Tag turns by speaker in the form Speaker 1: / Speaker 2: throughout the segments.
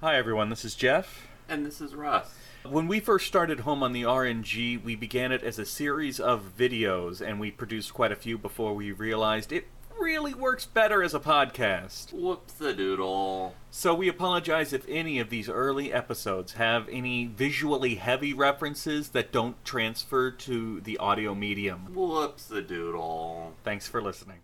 Speaker 1: Hi, everyone. This is Jeff.
Speaker 2: And this is Russ.
Speaker 1: When we first started Home on the RNG, we began it as a series of videos, and we produced quite a few before we realized it really works better as a podcast.
Speaker 2: Whoops a doodle.
Speaker 1: So we apologize if any of these early episodes have any visually heavy references that don't transfer to the audio medium.
Speaker 2: Whoops a doodle.
Speaker 1: Thanks for listening.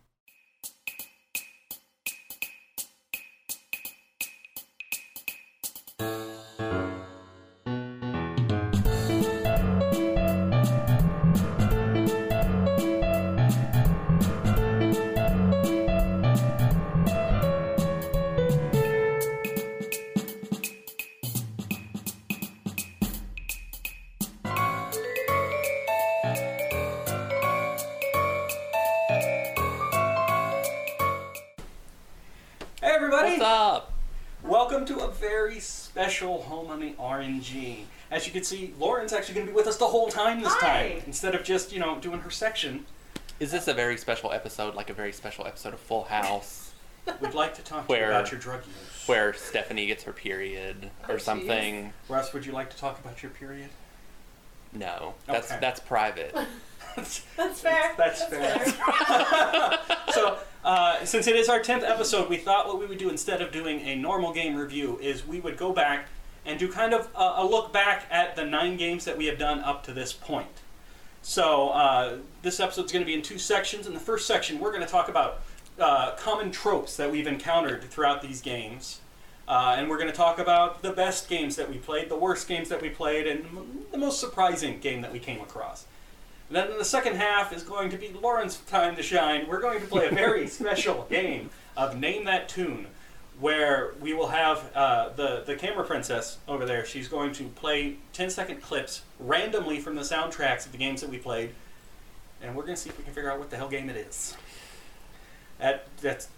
Speaker 1: Hey, everybody!
Speaker 2: What's up?
Speaker 1: Welcome to a very special Home on the RNG. As you can see, Lauren's actually going to be with us the whole time this
Speaker 3: Hi.
Speaker 1: time. Instead of just, you know, doing her section,
Speaker 4: Is this a very special episode, like a very special episode of Full House,
Speaker 1: we'd like to talk to you
Speaker 4: Where?
Speaker 1: about your drug use.
Speaker 4: where Stephanie gets her period or
Speaker 3: Oh, jeez.
Speaker 4: something?
Speaker 1: Russ, would you like to talk about your period?
Speaker 4: No, that's
Speaker 1: Okay.
Speaker 4: that's private.
Speaker 1: that's,
Speaker 3: That's fair.
Speaker 1: that's fair. so, uh, since it is our 10th episode, we thought what we would do instead of doing a normal game review is we would go back and do kind of a, a look back at the nine games that we have done up to this point. So, uh, this episode is going to be in two sections. In the first section, we're going to talk about uh, common tropes that we've encountered throughout these games. Uh, and we're going to talk about the best games that we played, the worst games that we played, and m- the most surprising game that we came across. And then in the second half is going to be Lauren's time to shine. We're going to play a very special game of Name That Tune, where we will have uh, the, the camera princess over there. She's going to play 10 second clips randomly from the soundtracks of the games that we played. And we're going to see if we can figure out what the hell game it is. That, that's,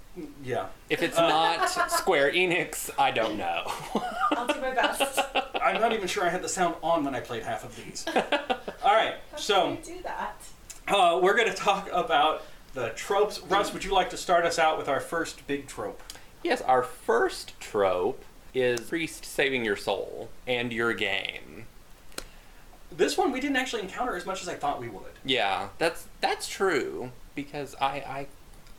Speaker 1: yeah.
Speaker 4: If it's
Speaker 1: Uh,
Speaker 4: not Square Enix, I don't know.
Speaker 3: I'll do my best.
Speaker 1: I'm not even sure I had the sound on when I played half of these. All right, so.
Speaker 3: How do you do that?
Speaker 1: Uh, we're going to talk about the tropes. Russ, would you like to start us out with our first big trope?
Speaker 4: yes, our first trope is priest saving your soul and your game.
Speaker 1: This one we didn't actually encounter as much as I thought we would.
Speaker 4: Yeah, that's that's true because I I,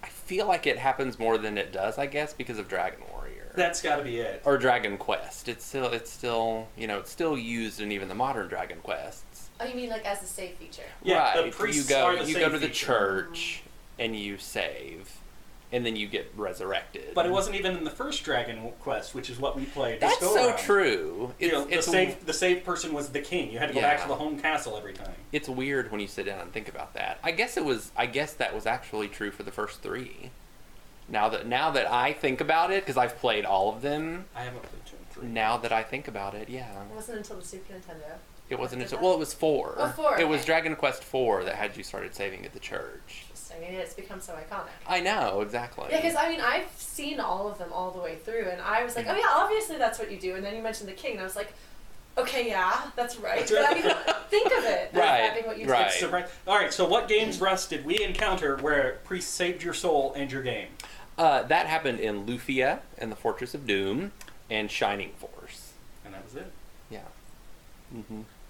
Speaker 4: I feel like it happens more than it does, I guess, because of Dragon Warrior.
Speaker 1: That's got to be it.
Speaker 4: or Dragon Quest. It's still it's still you know it's still used in even the modern Dragon Quests.
Speaker 3: Oh, you mean like as a safe feature?
Speaker 1: Yeah, the
Speaker 4: right. you
Speaker 1: priests
Speaker 4: go
Speaker 1: are the
Speaker 4: you go
Speaker 1: same
Speaker 4: to the
Speaker 1: feature.
Speaker 4: church and you save, and then you get resurrected.
Speaker 1: But it wasn't even in the first Dragon Quest, which is what we played. this
Speaker 4: that's
Speaker 1: go
Speaker 4: so
Speaker 1: around.
Speaker 4: true.
Speaker 1: You
Speaker 4: It's,
Speaker 1: know, the
Speaker 4: it's,
Speaker 1: safe the safe person was the king. You had to go back
Speaker 4: Yeah.
Speaker 1: to the home castle every time.
Speaker 4: it's weird when you sit down and think about that. I guess it was I guess that was actually true for the first three. Now that now that I think about it, because I've played all of them.
Speaker 1: I haven't played two and three.
Speaker 4: Now that I think about it, yeah,
Speaker 3: It wasn't until the Super Nintendo.
Speaker 4: it wasn't
Speaker 3: After
Speaker 4: until
Speaker 3: that?
Speaker 4: well, it was four.
Speaker 3: Oh, four,
Speaker 4: It was
Speaker 3: okay.
Speaker 4: Dragon Quest four that had you started saving at the church.
Speaker 3: Interesting. And it's become so iconic.
Speaker 4: I know exactly.
Speaker 3: Yeah, because I mean, I've seen all of them all the way through, and I was like,
Speaker 1: Mm-hmm.
Speaker 3: oh yeah, obviously that's what you do. And then you mentioned the king, and I was like, okay, yeah, that's right.
Speaker 1: That's
Speaker 3: But I
Speaker 1: right.
Speaker 3: mean, think of it. as
Speaker 4: Right,
Speaker 3: Having what you do.
Speaker 4: right.
Speaker 1: So, right- All right. So, what games, Russ, did we encounter where priests saved your soul and your game?
Speaker 4: Uh, that happened in Lufia and the Fortress of Doom and Shining Force.
Speaker 1: And that was it.
Speaker 4: Yeah.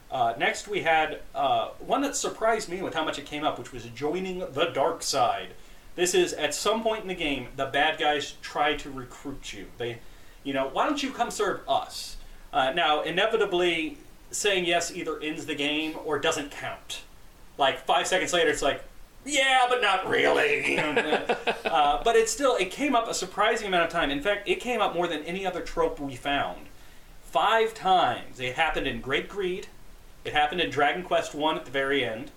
Speaker 1: Uh, next, we had uh, one that surprised me with how much it came up, which was joining the dark side. This is at some point in the game, the bad guys try to recruit you. They, you know, why don't you come serve us? Uh, now, inevitably, saying yes either ends the game or doesn't count. Like five seconds later, it's like, yeah, but not really. uh, but it's still, it came up a surprising amount of time. In fact, it came up more than any other trope we found. Five times. It happened in Great Greed. It happened in Dragon Quest One at the very end.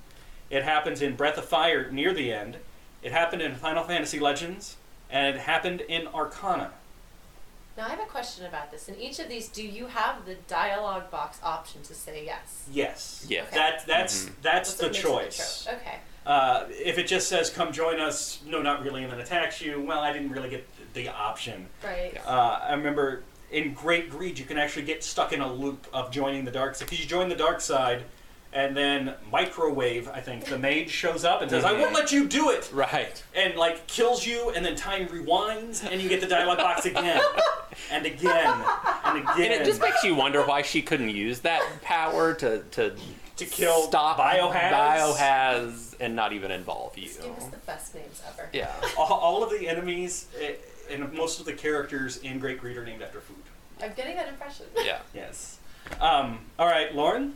Speaker 1: It happens in Breath of Fire near the end. It happened in Final Fantasy Legends, and it happened in Arcana.
Speaker 3: Now I have a question about this. In each of these, do you have the dialogue box option to say yes?
Speaker 1: Yes.
Speaker 4: Yes.
Speaker 1: That that's that's
Speaker 3: That's
Speaker 1: the
Speaker 3: what makes it a
Speaker 1: choice.
Speaker 3: trope. Okay.
Speaker 1: Uh, if it just says "Come join us," no, not really, and then attacks you. Well, I didn't really get the option.
Speaker 3: Right.
Speaker 4: Yeah.
Speaker 1: Uh, I remember in Great Greed, you can actually get stuck in a loop of joining the dark side. Because you join the dark side, and then Microwave, I think, the mage shows up and says, I won't let you do it!
Speaker 4: Right.
Speaker 1: And, like, kills you, and then time rewinds, and you get the dialogue box again. and again. And and again
Speaker 4: And it just makes you wonder why she couldn't use that power to to
Speaker 1: to kill
Speaker 4: stop
Speaker 1: biohazards.
Speaker 4: biohaz and not even involve you.
Speaker 3: Just give us the best names ever.
Speaker 4: Yeah.
Speaker 1: All, all of the enemies eh, and most of the characters in Great Greed are named after food.
Speaker 3: I'm getting that impression.
Speaker 4: Yeah.
Speaker 1: Yes. Um, all right, Lauren.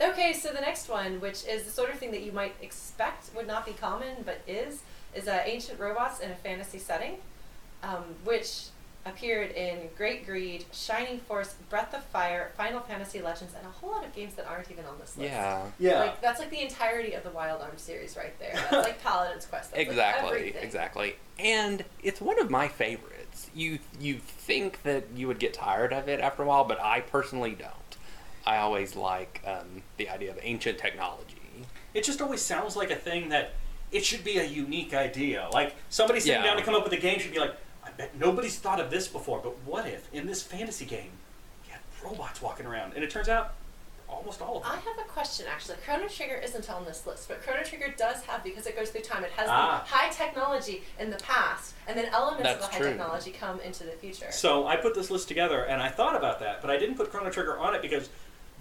Speaker 3: Okay, so the next one, which is the sort of thing that you might expect would not be common, but is, is uh, ancient robots in a fantasy setting, um, which appeared in Great Greed, Shining Force, Breath of Fire, Final Fantasy Legends, and a whole lot of games that aren't even on this list.
Speaker 4: Yeah.
Speaker 3: Like that's like the entirety of the Wild Arms series right there. That's like Paladin's Quest. That's like
Speaker 4: Exactly.
Speaker 3: everything.
Speaker 4: exactly. And it's one of my favorites. You you think that you would get tired of it after a while, but I personally don't. I always like um, the idea of ancient technology.
Speaker 1: it just always sounds like a thing that it should be a unique idea. Like somebody sitting
Speaker 4: Yeah.
Speaker 1: down to come up with a game should be like, I bet nobody's thought of this before, but what if in this fantasy game you had robots walking around? And it turns out almost all of them.
Speaker 3: I have a question actually. Chrono Trigger isn't on this list, but Chrono Trigger does have because it goes through time. It has
Speaker 1: Ah.
Speaker 3: the high technology in the past, and then elements
Speaker 4: That's
Speaker 3: of the high
Speaker 4: true.
Speaker 3: technology come into the future.
Speaker 1: So I put this list together and I thought about that, but I didn't put Chrono Trigger on it because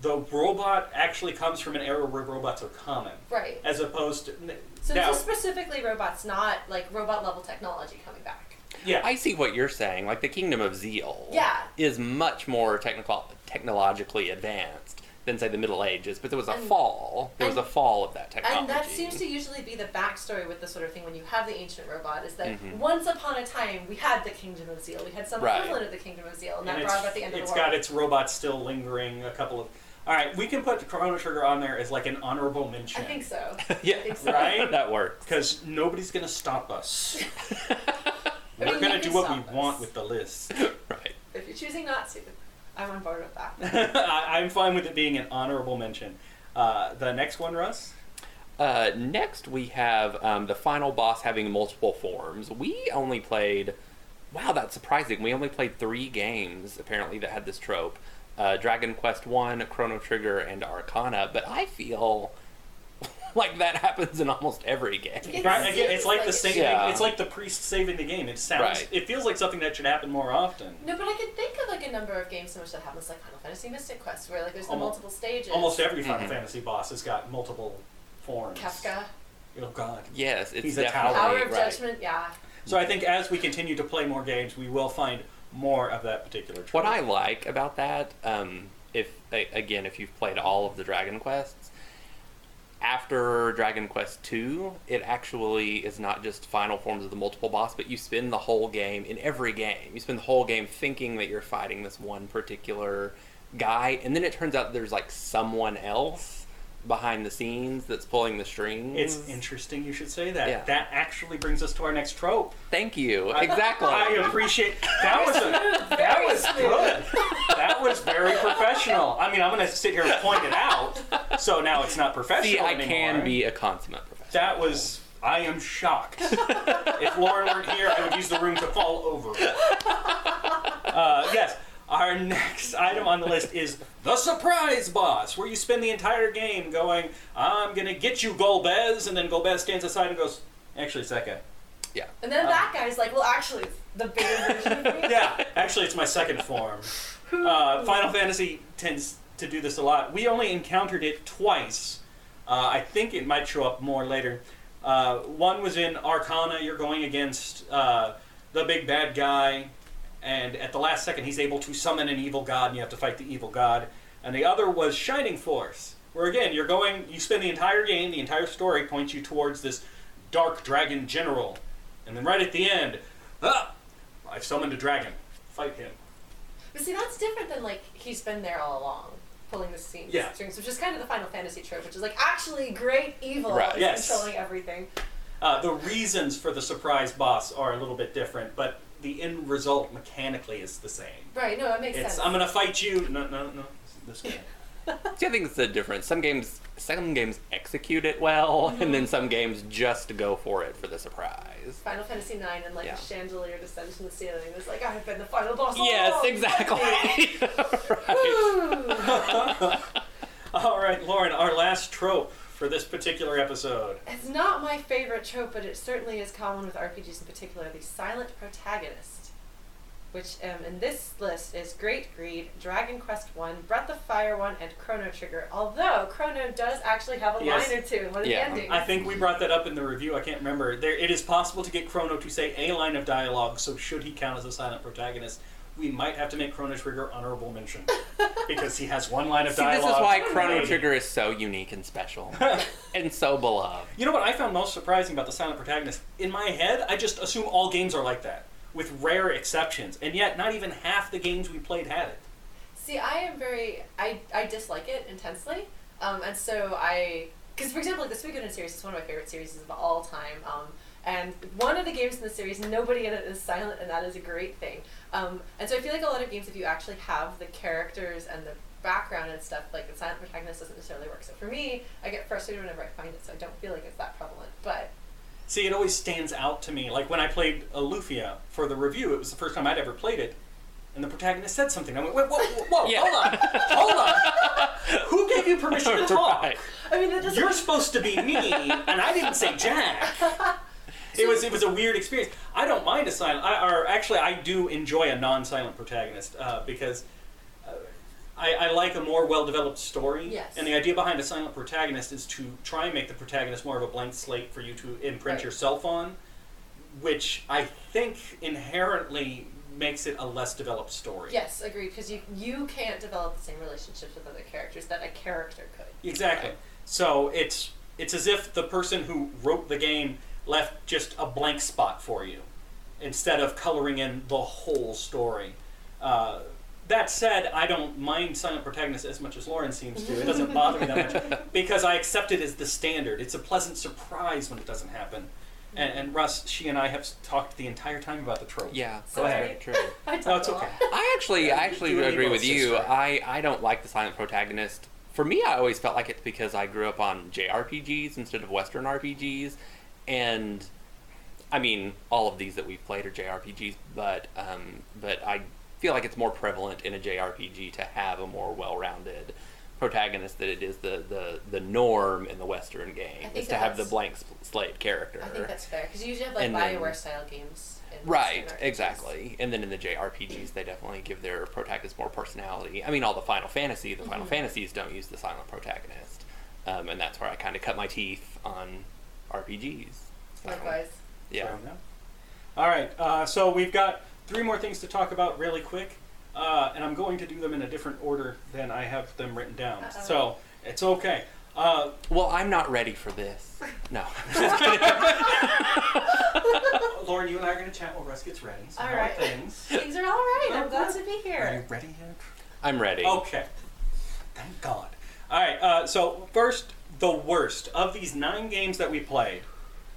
Speaker 1: the robot actually comes from an era where robots are common,
Speaker 3: right.
Speaker 1: as opposed to
Speaker 3: So
Speaker 1: now.
Speaker 3: this is specifically robots, not like robot level technology coming back.
Speaker 1: yeah,
Speaker 4: I see what you're saying. Like the Kingdom of Zeal
Speaker 3: Yeah.
Speaker 4: is much more technical, technologically advanced than say the Middle Ages, but there was a
Speaker 3: And-
Speaker 4: fall. There was
Speaker 3: and-
Speaker 4: a fall of that technology.
Speaker 3: And that seems to usually be the backstory with this sort of thing when you have the ancient robot is that
Speaker 4: Mhm.
Speaker 3: once upon a time we had the Kingdom of Zeal. We had some
Speaker 4: Right.
Speaker 3: equivalent of the Kingdom of Zeal, and,
Speaker 1: and
Speaker 3: that
Speaker 1: it's,
Speaker 3: brought about the end of
Speaker 1: it's
Speaker 3: the world.
Speaker 1: got its robots still lingering. A couple of all right, we can put Chrono Trigger on there as like an honorable
Speaker 3: I
Speaker 1: mention.
Speaker 3: think so.
Speaker 4: yeah,
Speaker 3: Exactly.
Speaker 1: Right?
Speaker 4: that works.
Speaker 1: Because nobody's going to stop us.
Speaker 3: I
Speaker 1: We're
Speaker 3: mean,
Speaker 1: going
Speaker 3: you
Speaker 1: to do
Speaker 3: can
Speaker 1: what we
Speaker 3: stop us.
Speaker 1: want with the list.
Speaker 4: right.
Speaker 3: If you're choosing not to, I'm on board with that.
Speaker 1: I, I'm fine with it being an honorable mention. Uh, the next one, Russ?
Speaker 4: Uh, next, we have um, the final boss having multiple forms. We only played. Wow, that's surprising. We only played three games apparently that had this trope: uh, Dragon Quest One, Chrono Trigger, and Arcana. But I feel like that happens in almost every game.
Speaker 3: It
Speaker 1: Right, again,
Speaker 3: seems
Speaker 1: it's like, the
Speaker 3: like
Speaker 1: same
Speaker 3: it.
Speaker 4: Yeah.
Speaker 1: thing. It's like the priest saving the game. It sounds.
Speaker 4: Right.
Speaker 1: It feels like something that should happen more often.
Speaker 3: No, but I can think of like a number of games in which that happens, like Final Fantasy Mystic Quest, where like there's the
Speaker 1: Almo-
Speaker 3: multiple stages.
Speaker 1: Almost every Final
Speaker 4: Mhm.
Speaker 1: Fantasy boss has got multiple forms.
Speaker 3: Kafka,
Speaker 1: Oh, God.
Speaker 4: Yes, it's
Speaker 1: He's a
Speaker 4: definitely
Speaker 1: tower.
Speaker 3: Hour of
Speaker 4: right.
Speaker 3: Judgment, yeah.
Speaker 1: So I think as we continue to play more games, we will find more of that particular trope.
Speaker 4: What I like about that, um, if a- again, if you've played all of the Dragon Quests, after Dragon Quest Two, it actually is not just final forms of the multiple boss, but you spend the whole game in every game. You spend the whole game thinking that you're fighting this one particular guy, and then it turns out there's like someone else behind the scenes that's pulling the strings.
Speaker 1: It's interesting you should say that.
Speaker 4: Yeah.
Speaker 1: That actually brings us to our next trope.
Speaker 4: Thank you.
Speaker 1: I-
Speaker 4: Exactly.
Speaker 1: I appreciate that was a, that
Speaker 3: Very
Speaker 1: was
Speaker 3: smooth.
Speaker 1: good. That was very professional. I mean, I'm gonna sit here and point it out, so now it's not professional
Speaker 4: See, I
Speaker 1: anymore.
Speaker 4: can be a consummate professional.
Speaker 1: That was. I am shocked. if Lauren weren't here, I would use the room to fall over. Uh, yes. Our next item on the list is the surprise boss, where you spend the entire game going, "I'm gonna get you, Golbez," and then Golbez stands aside and goes, "Actually, Seka."
Speaker 3: And then that guy's like, well, actually, it's the bigger version of me.
Speaker 1: Um, yeah, actually, it's my second form. Uh, Final Fantasy tends to do this a lot. We only encountered it twice. Uh, I think it might show up more later. Uh, one was in Arcana. You're going against uh, the big bad guy, and at the last second, he's able to summon an evil god, and you have to fight the evil god. And the other was Shining Force, where again, you're going, you spend the entire game, the entire story points you towards this dark dragon general. And then right at the end, ah, I've summoned a dragon. Fight him.
Speaker 3: But see, that's different than like he's been there all along, pulling the scene
Speaker 1: Yeah.
Speaker 3: strings, which is kind of the Final Fantasy trope, which is like actually great evil
Speaker 4: Right.
Speaker 3: is
Speaker 1: Yes.
Speaker 3: controlling everything.
Speaker 1: Uh, the reasons for the surprise boss are a little bit different, but the end result mechanically is the same.
Speaker 3: Right? No, that makes
Speaker 1: It's
Speaker 3: sense.
Speaker 1: I'm gonna fight you. No, no, no. This guy.
Speaker 4: See, I think it's the difference. Some games, some games execute it well, and then some games just go for it for the surprise.
Speaker 3: Final Fantasy IX and like
Speaker 4: Yeah.
Speaker 3: a chandelier descends from the ceiling. It's like I've been the final boss. all
Speaker 4: Yes,
Speaker 3: along,
Speaker 4: exactly.
Speaker 3: finally."
Speaker 4: right.
Speaker 3: Ooh.
Speaker 1: All right, Lauren. Our last trope for this particular episode.
Speaker 3: it's not my favorite trope, but it certainly is common with RPGs in particular. The silent protagonist. which um, in this list is Great Greed, Dragon Quest One, Breath of Fire One, and Chrono Trigger. Although Chrono does actually have a
Speaker 1: Yes.
Speaker 3: line or two in one of
Speaker 4: Yeah.
Speaker 3: the endings.
Speaker 1: I think we brought that up in the review. I can't remember. There, it is possible to get Chrono to say a line of dialogue. So should he count as a silent protagonist? We might have to make Chrono Trigger honorable mention because he has one line of
Speaker 4: See, this
Speaker 1: dialogue.
Speaker 4: is why
Speaker 1: Maybe.
Speaker 4: Chrono Trigger is so unique and special and so beloved.
Speaker 1: You know what I found most surprising about the silent protagonist? In my head, I just assume all games are like that, with rare exceptions, and yet not even half the games we played had it.
Speaker 3: See, I am very. I, I dislike it intensely. Um, and so I. Because, for example, like the Suikoden series is one of my favorite series of all time. Um, and one of the games in the series, nobody in it is silent, and that is a great thing. Um, and so I feel like a lot of games, if you actually have the characters and the background and stuff, like the silent protagonist doesn't necessarily work. So for me, I get frustrated whenever I find it, so I don't feel like it's that prevalent. But
Speaker 1: See, it always stands out to me. Like when I played uh, Lufia for the review, it was the first time I'd ever played it, and the protagonist said something. I went, whoa, whoa, whoa, whoa,
Speaker 4: Yeah.
Speaker 1: hold on, hold on. Who gave you permission to talk?
Speaker 4: Right.
Speaker 3: I mean, that doesn't.
Speaker 1: You're supposed to be me, and I didn't say Jack. It was it was a weird experience. I don't mind a silent, I, or actually, I do enjoy a non-silent protagonist uh, because uh, I, I like a more well-developed story.
Speaker 3: Yes.
Speaker 1: And the idea behind a silent protagonist is to try and make the protagonist more of a blank slate for you to imprint
Speaker 3: Right.
Speaker 1: yourself on, which I think inherently makes it a less developed story.
Speaker 3: yes, agreed. Because you you can't develop the same relationships with other characters that a character could.
Speaker 1: Exactly.
Speaker 4: Right.
Speaker 1: So it's it's as if the person who wrote the game left just a blank spot for you, instead of coloring in the whole story. Uh, that said, I don't mind silent protagonists as much as Lauren seems to. It doesn't bother me that much because I accept it as the standard. It's a pleasant surprise when it doesn't happen. And, and Russ, she and I have s- talked the entire time about the trope.
Speaker 4: Yeah,
Speaker 1: Go
Speaker 4: that's
Speaker 1: ahead.
Speaker 4: very true.
Speaker 3: I talk
Speaker 1: No, it's
Speaker 3: a lot.
Speaker 1: okay.
Speaker 4: I actually,
Speaker 1: Yeah,
Speaker 4: I
Speaker 1: you
Speaker 4: actually
Speaker 1: do an
Speaker 4: agree
Speaker 1: evil
Speaker 4: with you.
Speaker 1: sister.
Speaker 4: I, I don't like the silent protagonist. For me, I always felt like it's because I grew up on JRPGs instead of Western RPGs, and I mean, all of these that we've played are JRPGs, but um, but I feel like it's more prevalent in a JRPG to have a more well-rounded protagonist than it is the the, the norm in the Western game
Speaker 3: think
Speaker 4: is to have the
Speaker 3: that's-
Speaker 4: blank s- slate character.
Speaker 3: I think that's fair because you usually have like
Speaker 4: And then-
Speaker 3: Bioware style games. In
Speaker 4: Right,
Speaker 3: standard RPGs.
Speaker 4: exactly. And then in the JRPGs, they definitely give their protagonists more personality. I mean, all the Final Fantasy, the Final
Speaker 3: Mhm.
Speaker 4: Fantasies don't use the silent protagonist, um, and that's where I kind of cut my teeth on RPGs. So,
Speaker 3: Likewise.
Speaker 4: yeah.
Speaker 1: Fair enough. All right. Uh, so we've got three more things to talk about really quick, uh, and I'm going to do them in a different order than I have them written down.
Speaker 3: Uh-oh.
Speaker 1: So it's okay. Uh,
Speaker 4: Well, I'm not ready for this. No.
Speaker 1: Lauren, you and I are going to chat while Russ gets ready. So
Speaker 3: All
Speaker 1: how are
Speaker 3: right.
Speaker 1: things?
Speaker 3: Things are all right. I'm glad to be
Speaker 1: Are you
Speaker 3: here.
Speaker 1: ready yet?
Speaker 4: I'm ready.
Speaker 1: Okay. Thank God. All right. Uh, so first, the worst of these nine games that we played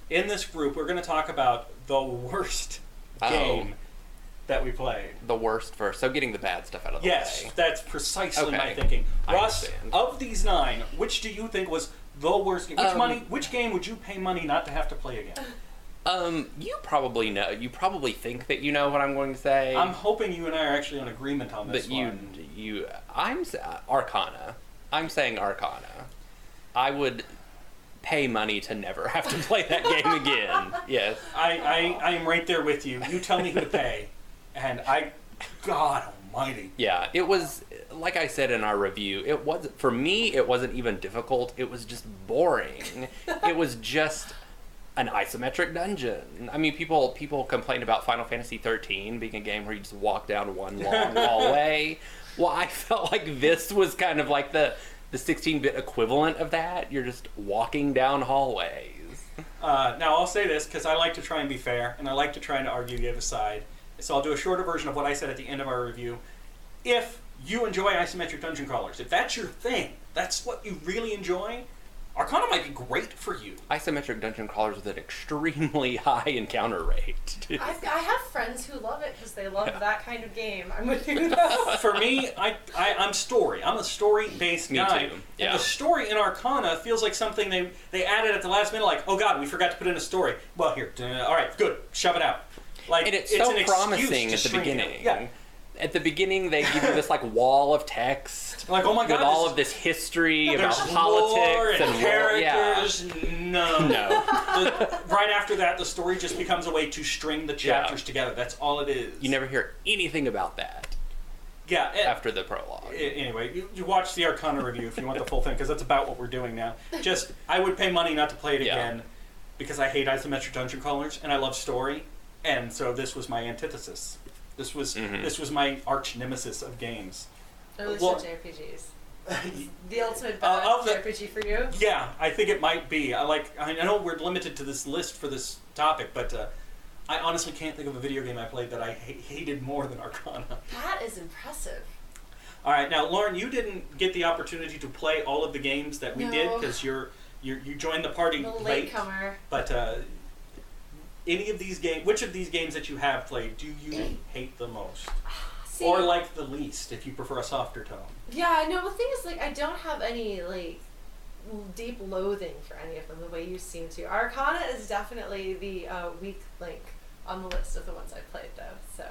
Speaker 1: in this group, we're going to talk about the worst
Speaker 4: Oh.
Speaker 1: game that we played.
Speaker 4: The worst first. So getting the bad stuff out of the
Speaker 1: Yes,
Speaker 4: way.
Speaker 1: that's precisely my
Speaker 4: Okay.
Speaker 1: thinking.
Speaker 4: I
Speaker 1: Russ,
Speaker 4: understand.
Speaker 1: of these nine, which do you think was the worst game? Which
Speaker 4: Um,
Speaker 1: money? Which game would you pay money not to have to play again?
Speaker 4: Um, you probably know. You probably think that you know what I'm going to say.
Speaker 1: I'm hoping you and I are actually on agreement on this
Speaker 4: But you,
Speaker 1: one.
Speaker 4: you, I'm s- uh, Arcana. I'm saying Arcana. I would pay money to never have to play that game again. Yes.
Speaker 1: I, I, I am right there with you. You tell me who to pay, and I, God Almighty.
Speaker 4: Yeah. It was like I said in our review. It was for me. It wasn't even difficult. It was just boring. it was just an isometric dungeon. I mean, people people complain about Final Fantasy 13 being a game where you just walk down one long hallway. Well, I felt like this was kind of like the the 16-bit equivalent of that. You're just walking down hallways.
Speaker 1: Uh, now I'll say this because I like to try and be fair, and I like to try and argue the other side. So I'll do a shorter version of what I said at the end of our review. If you enjoy isometric dungeon crawlers, if that's your thing, that's what you really enjoy, Arcana might be great for you.
Speaker 4: Isometric dungeon crawlers with an extremely high encounter rate. too.
Speaker 3: I've, I have friends who love it because they love that kind of game. I'm with you. though.
Speaker 1: For me, I, I I'm story. I'm a story-based
Speaker 4: Me
Speaker 1: guy.
Speaker 4: too,
Speaker 1: And
Speaker 4: yeah.
Speaker 1: the story in Arcana feels like something they they added at the last minute. Like, oh God, we forgot to put in a story. Well, here, duh, all right, good, shove it out. Like
Speaker 4: and it's,
Speaker 1: it's
Speaker 4: so
Speaker 1: an excuse
Speaker 4: promising
Speaker 1: to
Speaker 4: at the
Speaker 1: shrink it.
Speaker 4: beginning.
Speaker 1: Yeah.
Speaker 4: at the beginning they give you this like wall of text
Speaker 1: Like, oh my god,
Speaker 4: with all
Speaker 1: this-
Speaker 4: of this history about
Speaker 1: there's lore
Speaker 4: politics
Speaker 1: and,
Speaker 4: and war- yeah.
Speaker 1: characters. No,
Speaker 4: No.
Speaker 1: The- right after that, the story just becomes a way to string the chapters together. That's all it is.
Speaker 4: You never hear anything about that
Speaker 1: Yeah. it-
Speaker 4: after the prologue.
Speaker 1: I- Anyway, you, you watch the Arcana review if you want the full thing, because that's about what we're doing now. Just, I would pay money not to play it
Speaker 4: Yeah.
Speaker 1: again, because I hate isometric dungeon crawlers and I love story, and so this was my antithesis. This was
Speaker 4: Mhm.
Speaker 1: this was my arch nemesis of games.
Speaker 3: Or at least
Speaker 1: Well-
Speaker 3: with JRPGs. The ultimate
Speaker 1: Uh,
Speaker 3: uh,
Speaker 1: of the-
Speaker 3: RPG for you.
Speaker 1: Yeah, I think it might be. I like. I I know we're limited to this list for this topic, but uh, I honestly can't think of a video game I played that I ha- hated more than Arcana.
Speaker 3: That is impressive.
Speaker 1: All right, now Lauren, you didn't get the opportunity to play all of the games that we
Speaker 3: No.
Speaker 1: did because you're, you're you joined the party
Speaker 3: I'm a
Speaker 1: late.
Speaker 3: latecomer.
Speaker 1: But uh, any of these games, which of these games that you have played, do you hate the most,
Speaker 3: See,
Speaker 1: or like the least, if you prefer a softer tone?
Speaker 3: Yeah, I know. The thing is, like, I don't have any like l- deep loathing for any of them the way you seem to. Arcana is definitely the uh, weak link on the list of the ones I played, though. So,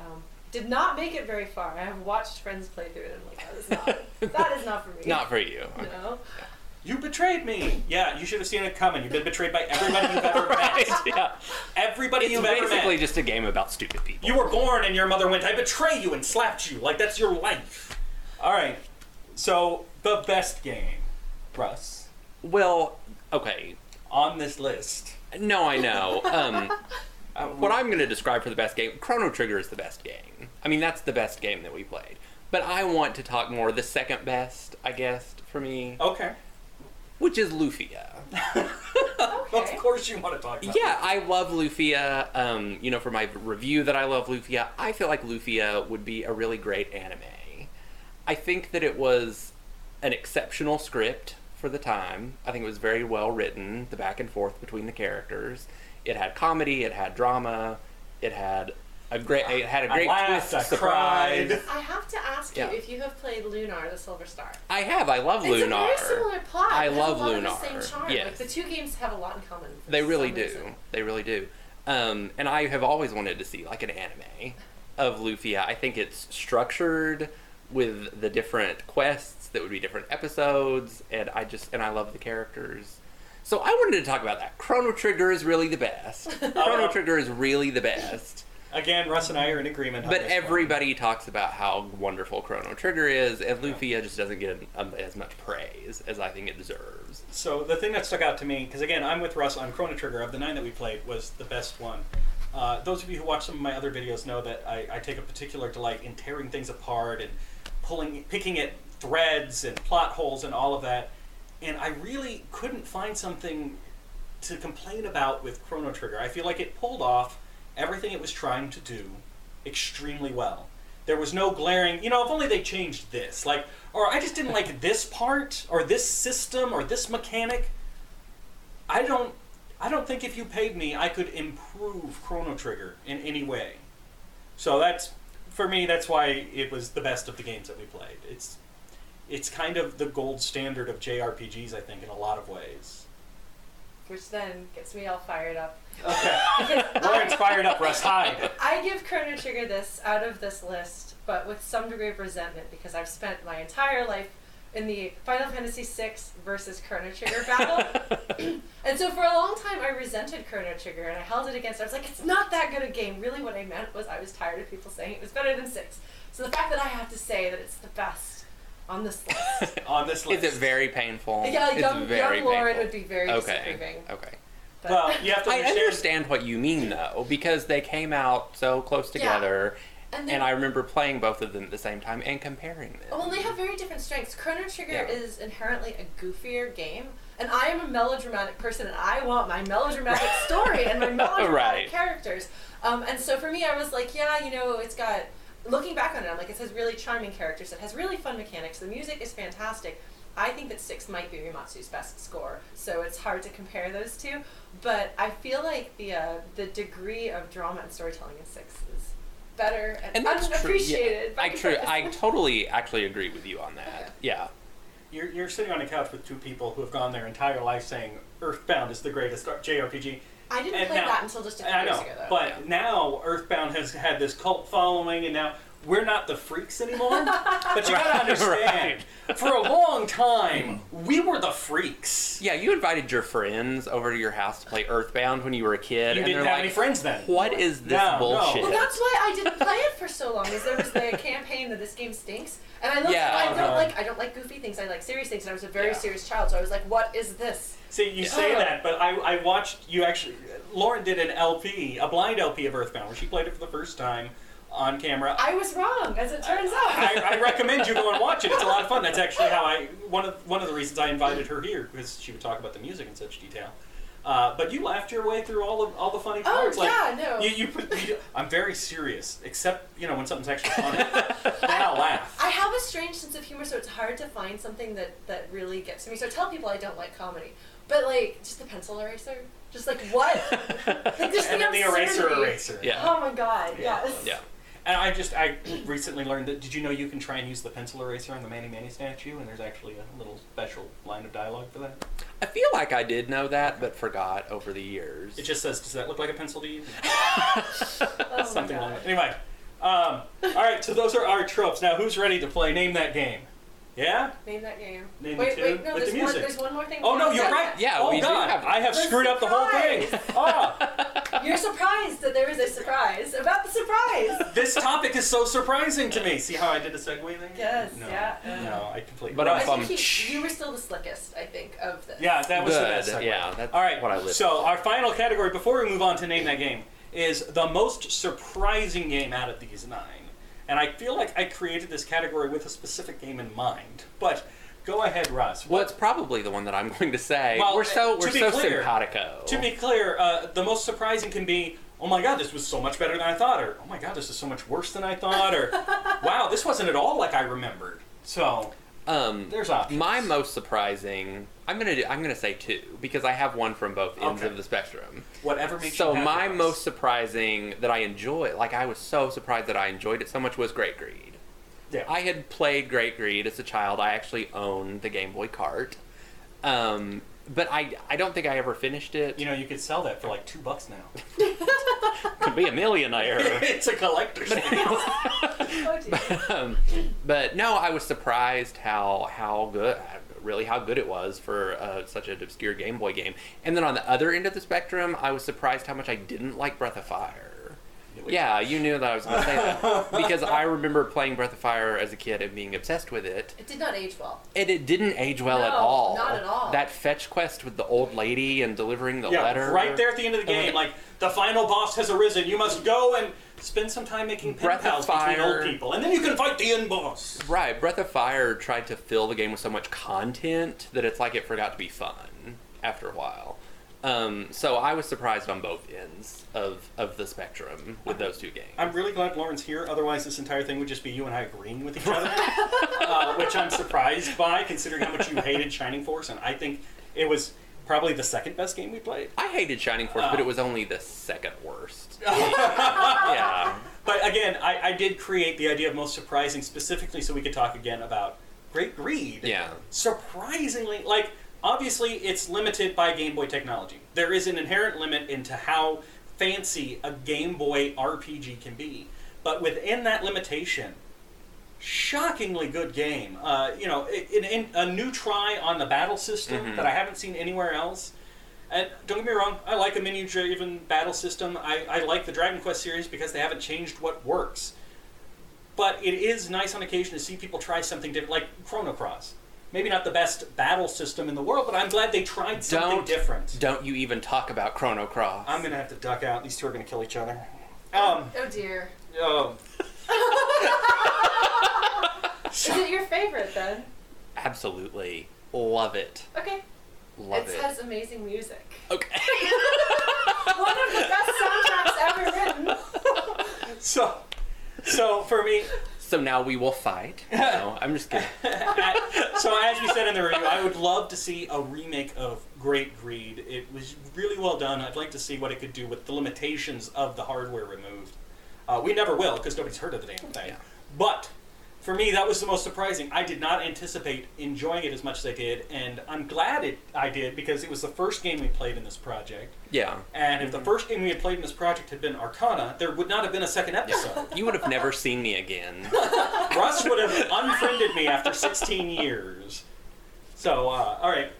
Speaker 3: um, did not make it very far. I have watched friends play through it, and I'm like, that is not that is not for me.
Speaker 4: Not for you. Okay.
Speaker 3: no.
Speaker 1: You betrayed me. Yeah, you should have seen it coming. You've been betrayed by everybody you've ever
Speaker 4: Right,
Speaker 1: met.
Speaker 4: yeah.
Speaker 1: Everybody
Speaker 4: It's
Speaker 1: you've ever
Speaker 4: basically
Speaker 1: met.
Speaker 4: just a game about stupid people.
Speaker 1: You were born, and your mother went, "I betray you," and slapped you. Like that's your life. All right. So the best game, Russ,
Speaker 4: well, okay.
Speaker 1: on this list.
Speaker 4: No, I know. Um,
Speaker 1: Uh,
Speaker 4: what I'm going to describe for the best game, Chrono Trigger is the best game. I mean, that's the best game that we played. But I want to talk more the second best, I guess, for me,
Speaker 1: Okay.
Speaker 4: which is Lufia.
Speaker 1: Of
Speaker 3: Okay.
Speaker 1: course you want to talk about.
Speaker 4: Yeah, I love Lufia. Um, you know, for my review that I love Lufia, I feel like Lufia would be a really great anime. I think that it was an exceptional script for the time. I think it was very well written, the back and forth between the characters. It had comedy, it had drama, it had a great it had a
Speaker 1: I
Speaker 4: great
Speaker 1: laughed,
Speaker 4: twist
Speaker 1: I
Speaker 4: surprise.
Speaker 1: cried.
Speaker 3: I have to ask
Speaker 4: Yeah.
Speaker 3: you if you have played Lunar, the Silver Star.
Speaker 4: I have, I love
Speaker 3: It's a
Speaker 4: Lunar.
Speaker 3: very similar plot.
Speaker 4: I
Speaker 3: It has
Speaker 4: love
Speaker 3: a lot
Speaker 4: Lunar.
Speaker 3: Of the same charm.
Speaker 4: Yes.
Speaker 3: Like, the two games have a lot in common. for
Speaker 4: They really
Speaker 3: some reason.
Speaker 4: do. They really do. Um, and I have always wanted to see like an anime of Lufia. I think it's structured with the different quests that would be different episodes, and I just and I love the characters. So I wanted to talk about that. Chrono Trigger is really the best.
Speaker 3: Oh,
Speaker 4: Chrono Trigger is really the best.
Speaker 1: Again, Russ and I are in agreement. on
Speaker 4: But
Speaker 1: this one.
Speaker 4: everybody talks about how wonderful Chrono Trigger is, and Lufia just doesn't get um, as much praise as I think it deserves.
Speaker 1: So the thing that stuck out to me, because again, I'm with Russ on Chrono Trigger. Of the nine that we played, was the best one. Uh, those of you who watch some of my other videos know that I, I take a particular delight in tearing things apart and pulling, picking at threads and plot holes and all of that. And I really couldn't find something to complain about with Chrono Trigger. I feel like it pulled off everything it was trying to do extremely well. There was no glaring, you know, if only they changed this. Like, or I just didn't like this part or this system or this mechanic. I don't I don't think if you paid me I could improve Chrono Trigger in any way. So that's for me that's why it was the best of the games that we played. It's it's kind of the gold standard of JRPGs I think in a lot of ways.
Speaker 3: Which then gets me all fired up.
Speaker 1: Okay. Lauren's fired up, Russ. Hide.
Speaker 3: Um, I give Chrono Trigger this out of this list, but with some degree of resentment because I've spent my entire life in the Final Fantasy VI versus Chrono Trigger battle. and so for a long time, I resented Chrono Trigger and I held it against. I was like, it's not that good a game. Really, what I meant was I was tired of people saying it was better than six. So the fact that I have to say that it's the best on this list.
Speaker 1: on this list.
Speaker 4: Is it very painful?
Speaker 3: Yeah,
Speaker 4: It's
Speaker 3: young,
Speaker 4: very
Speaker 3: young Lauren
Speaker 4: painful.
Speaker 3: would be very
Speaker 4: okay.
Speaker 3: disapproving.
Speaker 4: Okay.
Speaker 3: But
Speaker 1: Well, you have to
Speaker 4: I
Speaker 1: understand.
Speaker 4: understand what you mean though, because they came out so close
Speaker 3: Yeah.
Speaker 4: together,
Speaker 3: and, then,
Speaker 4: and I remember playing both of them at the same time and comparing them.
Speaker 3: Well, they have very different strengths. Chrono Trigger
Speaker 4: Yeah.
Speaker 3: is inherently a goofier game, and I am a melodramatic person, and I want my melodramatic story and my melodramatic
Speaker 4: Right.
Speaker 3: characters. Um, and so for me, I was like, yeah, you know, it's got. Looking back on it, I'm like, it has really charming characters. It has really fun mechanics. The music is fantastic. I think that six might be Rimatsu's best score, so it's hard to compare those two. But I feel like the uh, the degree of drama and storytelling in six is better and,
Speaker 4: and that's true.
Speaker 3: unappreciated.
Speaker 4: Yeah,
Speaker 3: by
Speaker 4: I true. I
Speaker 3: comparison.
Speaker 4: totally actually agree with you on that. Yeah.
Speaker 1: You're, you're sitting on a couch with two people who have gone their entire life saying Earthbound is the greatest R- JRPG.
Speaker 3: I didn't
Speaker 1: And
Speaker 3: play
Speaker 1: now-
Speaker 3: that until just a few
Speaker 1: I know,
Speaker 3: years ago, though.
Speaker 1: but now Earthbound has had this cult following, and now we're not the freaks anymore. But you gotta understand, for a long time, we were the freaks.
Speaker 4: Yeah, you invited your friends over to your house to play Earthbound when you were a kid,
Speaker 1: You
Speaker 4: and
Speaker 1: didn't
Speaker 4: they're
Speaker 1: have any
Speaker 4: like,
Speaker 1: friends then.
Speaker 4: "What is this
Speaker 1: No, no.
Speaker 4: bullshit?"
Speaker 1: Well,
Speaker 3: Well, that's why I didn't play it for so long. Is there was the campaign that this game stinks, and I looked.
Speaker 4: Yeah.
Speaker 3: I don't
Speaker 1: Uh-huh.
Speaker 3: like. I don't like goofy things. I like serious things. And I was a very
Speaker 4: Yeah.
Speaker 3: serious child, so I was like, "What is this?"
Speaker 1: See, you
Speaker 4: Yeah.
Speaker 1: say that, but I, I watched you actually. Lauren did an LP, a blind LP of Earthbound, where she played it for the first time on camera.
Speaker 3: I was wrong, as it turns out.
Speaker 1: I, I recommend you go and watch it. It's a lot of fun. That's actually how I one of one of the reasons I invited her here because she would talk about the music in such detail. Uh, but you laughed your way through all of all the funny
Speaker 3: Oh
Speaker 1: parts.
Speaker 3: yeah,
Speaker 1: like,
Speaker 3: no.
Speaker 1: You, you, put, you- I'm very serious, except you know when something's actually funny, then I'll laugh.
Speaker 3: I have a strange sense of humor, so it's hard to find something that that really gets to me. So I tell people I don't like comedy, but like just the pencil eraser, just like what? like, just
Speaker 1: and then the eraser,
Speaker 3: absurdity.
Speaker 1: eraser.
Speaker 4: Yeah.
Speaker 3: Oh my god,
Speaker 1: Yeah.
Speaker 3: yes.
Speaker 4: yeah,
Speaker 1: And I just I recently learned that. Did you know you can try and use the pencil eraser on the Manny Manny statue? And there's actually a little special line of dialogue for that.
Speaker 4: I feel like I did know that, but forgot over the years.
Speaker 1: It just says, "Does that look like a pencil to you?"
Speaker 3: Oh
Speaker 1: Something
Speaker 3: my
Speaker 1: along
Speaker 3: god.
Speaker 1: that. Anyway, um, all right. So those are our tropes. Now, who's ready to play? Name that game. Yeah.
Speaker 3: Name that game.
Speaker 1: Name the
Speaker 3: wait,
Speaker 1: tune
Speaker 3: wait, no,
Speaker 1: with the
Speaker 3: there's one.
Speaker 1: music.
Speaker 3: There's one more thing.
Speaker 1: Oh
Speaker 3: we
Speaker 1: no,
Speaker 3: haven't
Speaker 1: you're
Speaker 3: done
Speaker 1: right.
Speaker 3: yet.
Speaker 4: Yeah,
Speaker 1: oh
Speaker 4: we do
Speaker 1: God,
Speaker 4: have-
Speaker 1: I have
Speaker 3: The
Speaker 1: screwed up the whole thing. Ah,
Speaker 3: You're surprised that there is a surprise about the surprise.
Speaker 1: this topic is so surprising to me. See how I did a segue there?
Speaker 3: Yes,
Speaker 1: No,
Speaker 3: yeah.
Speaker 1: No, I completely.
Speaker 4: But
Speaker 1: Right.
Speaker 4: I'm
Speaker 3: I
Speaker 4: bum-
Speaker 3: think he, you were still the slickest, I think, of this.
Speaker 1: Yeah, that was the best.
Speaker 4: Good,
Speaker 1: segue.
Speaker 4: yeah, that's
Speaker 1: All right.
Speaker 4: what I live
Speaker 1: so our final category before we move on to name that game is the most surprising game out of these nine. And I feel like I created this category with a specific game in mind. But go ahead, Russ.
Speaker 4: Well, it's probably the one that I'm going to say.
Speaker 1: Well,
Speaker 4: we're so
Speaker 1: to
Speaker 4: we're
Speaker 1: be
Speaker 4: so
Speaker 1: clear-
Speaker 4: simpatico.
Speaker 1: To be clear, uh, the most surprising can be, oh my god, this was so much better than I thought, or oh my god, this is so much worse than I thought, or wow, this wasn't at all like I remembered. So
Speaker 4: um,
Speaker 1: there's options.
Speaker 4: my most surprising. I'm gonna do, I'm gonna say two because I have one from both ends
Speaker 1: Okay.
Speaker 4: of the spectrum.
Speaker 1: whatever makes
Speaker 4: So
Speaker 1: you happy,
Speaker 4: my
Speaker 1: Russ.
Speaker 4: most surprising that I enjoy, like I was so surprised that I enjoyed it so much, was Great Greed.
Speaker 1: yeah.
Speaker 4: I had played Great Greed as a child. I actually owned the Game Boy cart, um, but I I don't think I ever finished it.
Speaker 1: you know you could sell that for like two bucks now.
Speaker 4: could be a millionaire.
Speaker 1: it's a collector's thing.
Speaker 3: Oh, dear.
Speaker 4: um, but no, I was surprised how how good, really how good it was for uh, such an obscure Game Boy game. And then on the other end of the spectrum, I was surprised how much I didn't like Breath of Fire. Yeah, you knew that I was going to say that because I remember playing Breath of Fire as a kid and being obsessed with it.
Speaker 3: It did not age well.
Speaker 4: And it didn't age well at
Speaker 3: No,
Speaker 4: all.
Speaker 3: not at all.
Speaker 4: That fetch quest with the old lady and delivering the
Speaker 1: yeah,
Speaker 4: letter.
Speaker 1: right there at the end of the
Speaker 4: And when
Speaker 1: game,
Speaker 4: it-
Speaker 1: like the final boss has arisen. You must go and spend some time making pen
Speaker 4: Breath
Speaker 1: pals
Speaker 4: of
Speaker 1: between old
Speaker 4: Fire.
Speaker 1: people, and then you can fight the end boss.
Speaker 4: Right, Breath of Fire tried to fill the game with so much content that it's like it forgot to be fun after a while. Um, so I was surprised on both ends of, of the spectrum with those two games.
Speaker 1: I'm really glad Lauren's here. Otherwise, this entire thing would just be you and I agreeing with each other, uh, which I'm surprised by, considering how much you hated Shining Force. And I think it was probably the second best game we played.
Speaker 4: I hated Shining Force, but it was only the second worst. yeah.
Speaker 1: But again, I, I did create the idea of most surprising specifically so we could talk again about Great Greed.
Speaker 4: Yeah.
Speaker 1: Surprisingly, like, obviously, it's limited by Game Boy technology. There is an inherent limit into how fancy a Game Boy RPG can be. But within that limitation, shockingly good game. Uh, you know, i- in, in, a new try on the battle system that I haven't seen anywhere else. And don't get me wrong, I like a menu-driven battle system. I, I like the Dragon Quest series because they haven't changed what works. But it is nice on occasion to see people try something different, like Chrono Cross. Maybe not the best battle system in the world, but I'm glad they tried something
Speaker 4: Don't
Speaker 1: different.
Speaker 4: Don't you even talk about Chrono Cross.
Speaker 1: I'm gonna have to duck out. These two are gonna kill each other. Um.
Speaker 3: Oh dear.
Speaker 1: um,
Speaker 3: Is it your favorite then?
Speaker 4: absolutely love it.
Speaker 3: Okay.
Speaker 4: Love
Speaker 3: it,
Speaker 4: it.
Speaker 3: has amazing music.
Speaker 4: okay.
Speaker 3: One of the best soundtracks ever written.
Speaker 1: so, so for me,
Speaker 4: so now we will fight. No, I'm just kidding.
Speaker 1: I- so as we said in the review, I would love to see a remake of Great Greed. It was really well done. I'd like to see what it could do with the limitations of the hardware removed. Uh, we never will because nobody's heard of the damn thing.
Speaker 4: Yeah.
Speaker 1: But for me, that was the most surprising. I did not anticipate enjoying it as much as I did, and I'm glad it I did because it was the first game we played in this project.
Speaker 4: Yeah.
Speaker 1: And if the first game we had played in this project had been Arcana, there would not have been a second episode.
Speaker 4: You would have never seen me again.
Speaker 1: Russ would have unfriended me after 16 years. So, uh, all right.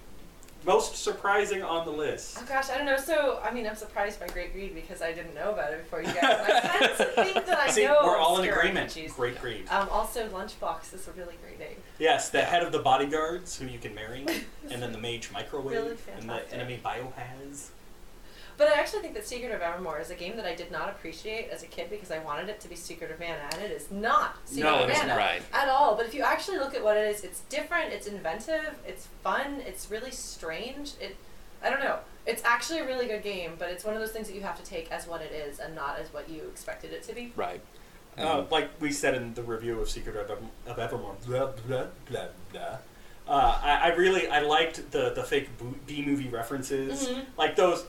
Speaker 1: Most surprising on the list.
Speaker 3: Oh gosh, I don't know. So I mean, I'm surprised by Great Greed because I didn't know about it before you guys. I kind of think that I
Speaker 1: See,
Speaker 3: know.
Speaker 1: we're all in
Speaker 3: obscure
Speaker 1: agreement.
Speaker 3: RPGs.
Speaker 1: Great greed.
Speaker 3: Um, also, Lunchbox is a really great name.
Speaker 1: Yes, the head of the bodyguards who you can marry, and then the mage microwave,
Speaker 3: Really
Speaker 1: and
Speaker 3: fantastic.
Speaker 1: the enemy biohaz.
Speaker 3: But I actually think that Secret of Evermore is a game that I did not appreciate as a kid because I wanted it to be Secret of Mana, and it is not Secret
Speaker 1: No,
Speaker 3: of
Speaker 1: it isn't,
Speaker 3: Mana
Speaker 4: right.
Speaker 3: at all. But if you actually look at what it is, it's different, it's inventive, it's fun, it's really strange. It, I don't know. It's actually a really good game, but it's one of those things that you have to take as what it is and not as what you expected it to be.
Speaker 4: Right.
Speaker 1: Uh, like we said in the review of Secret of, Ever- of Evermore, blah blah blah blah. Uh, I, I really I liked the the fake B movie references,
Speaker 3: Mhm.
Speaker 1: like those.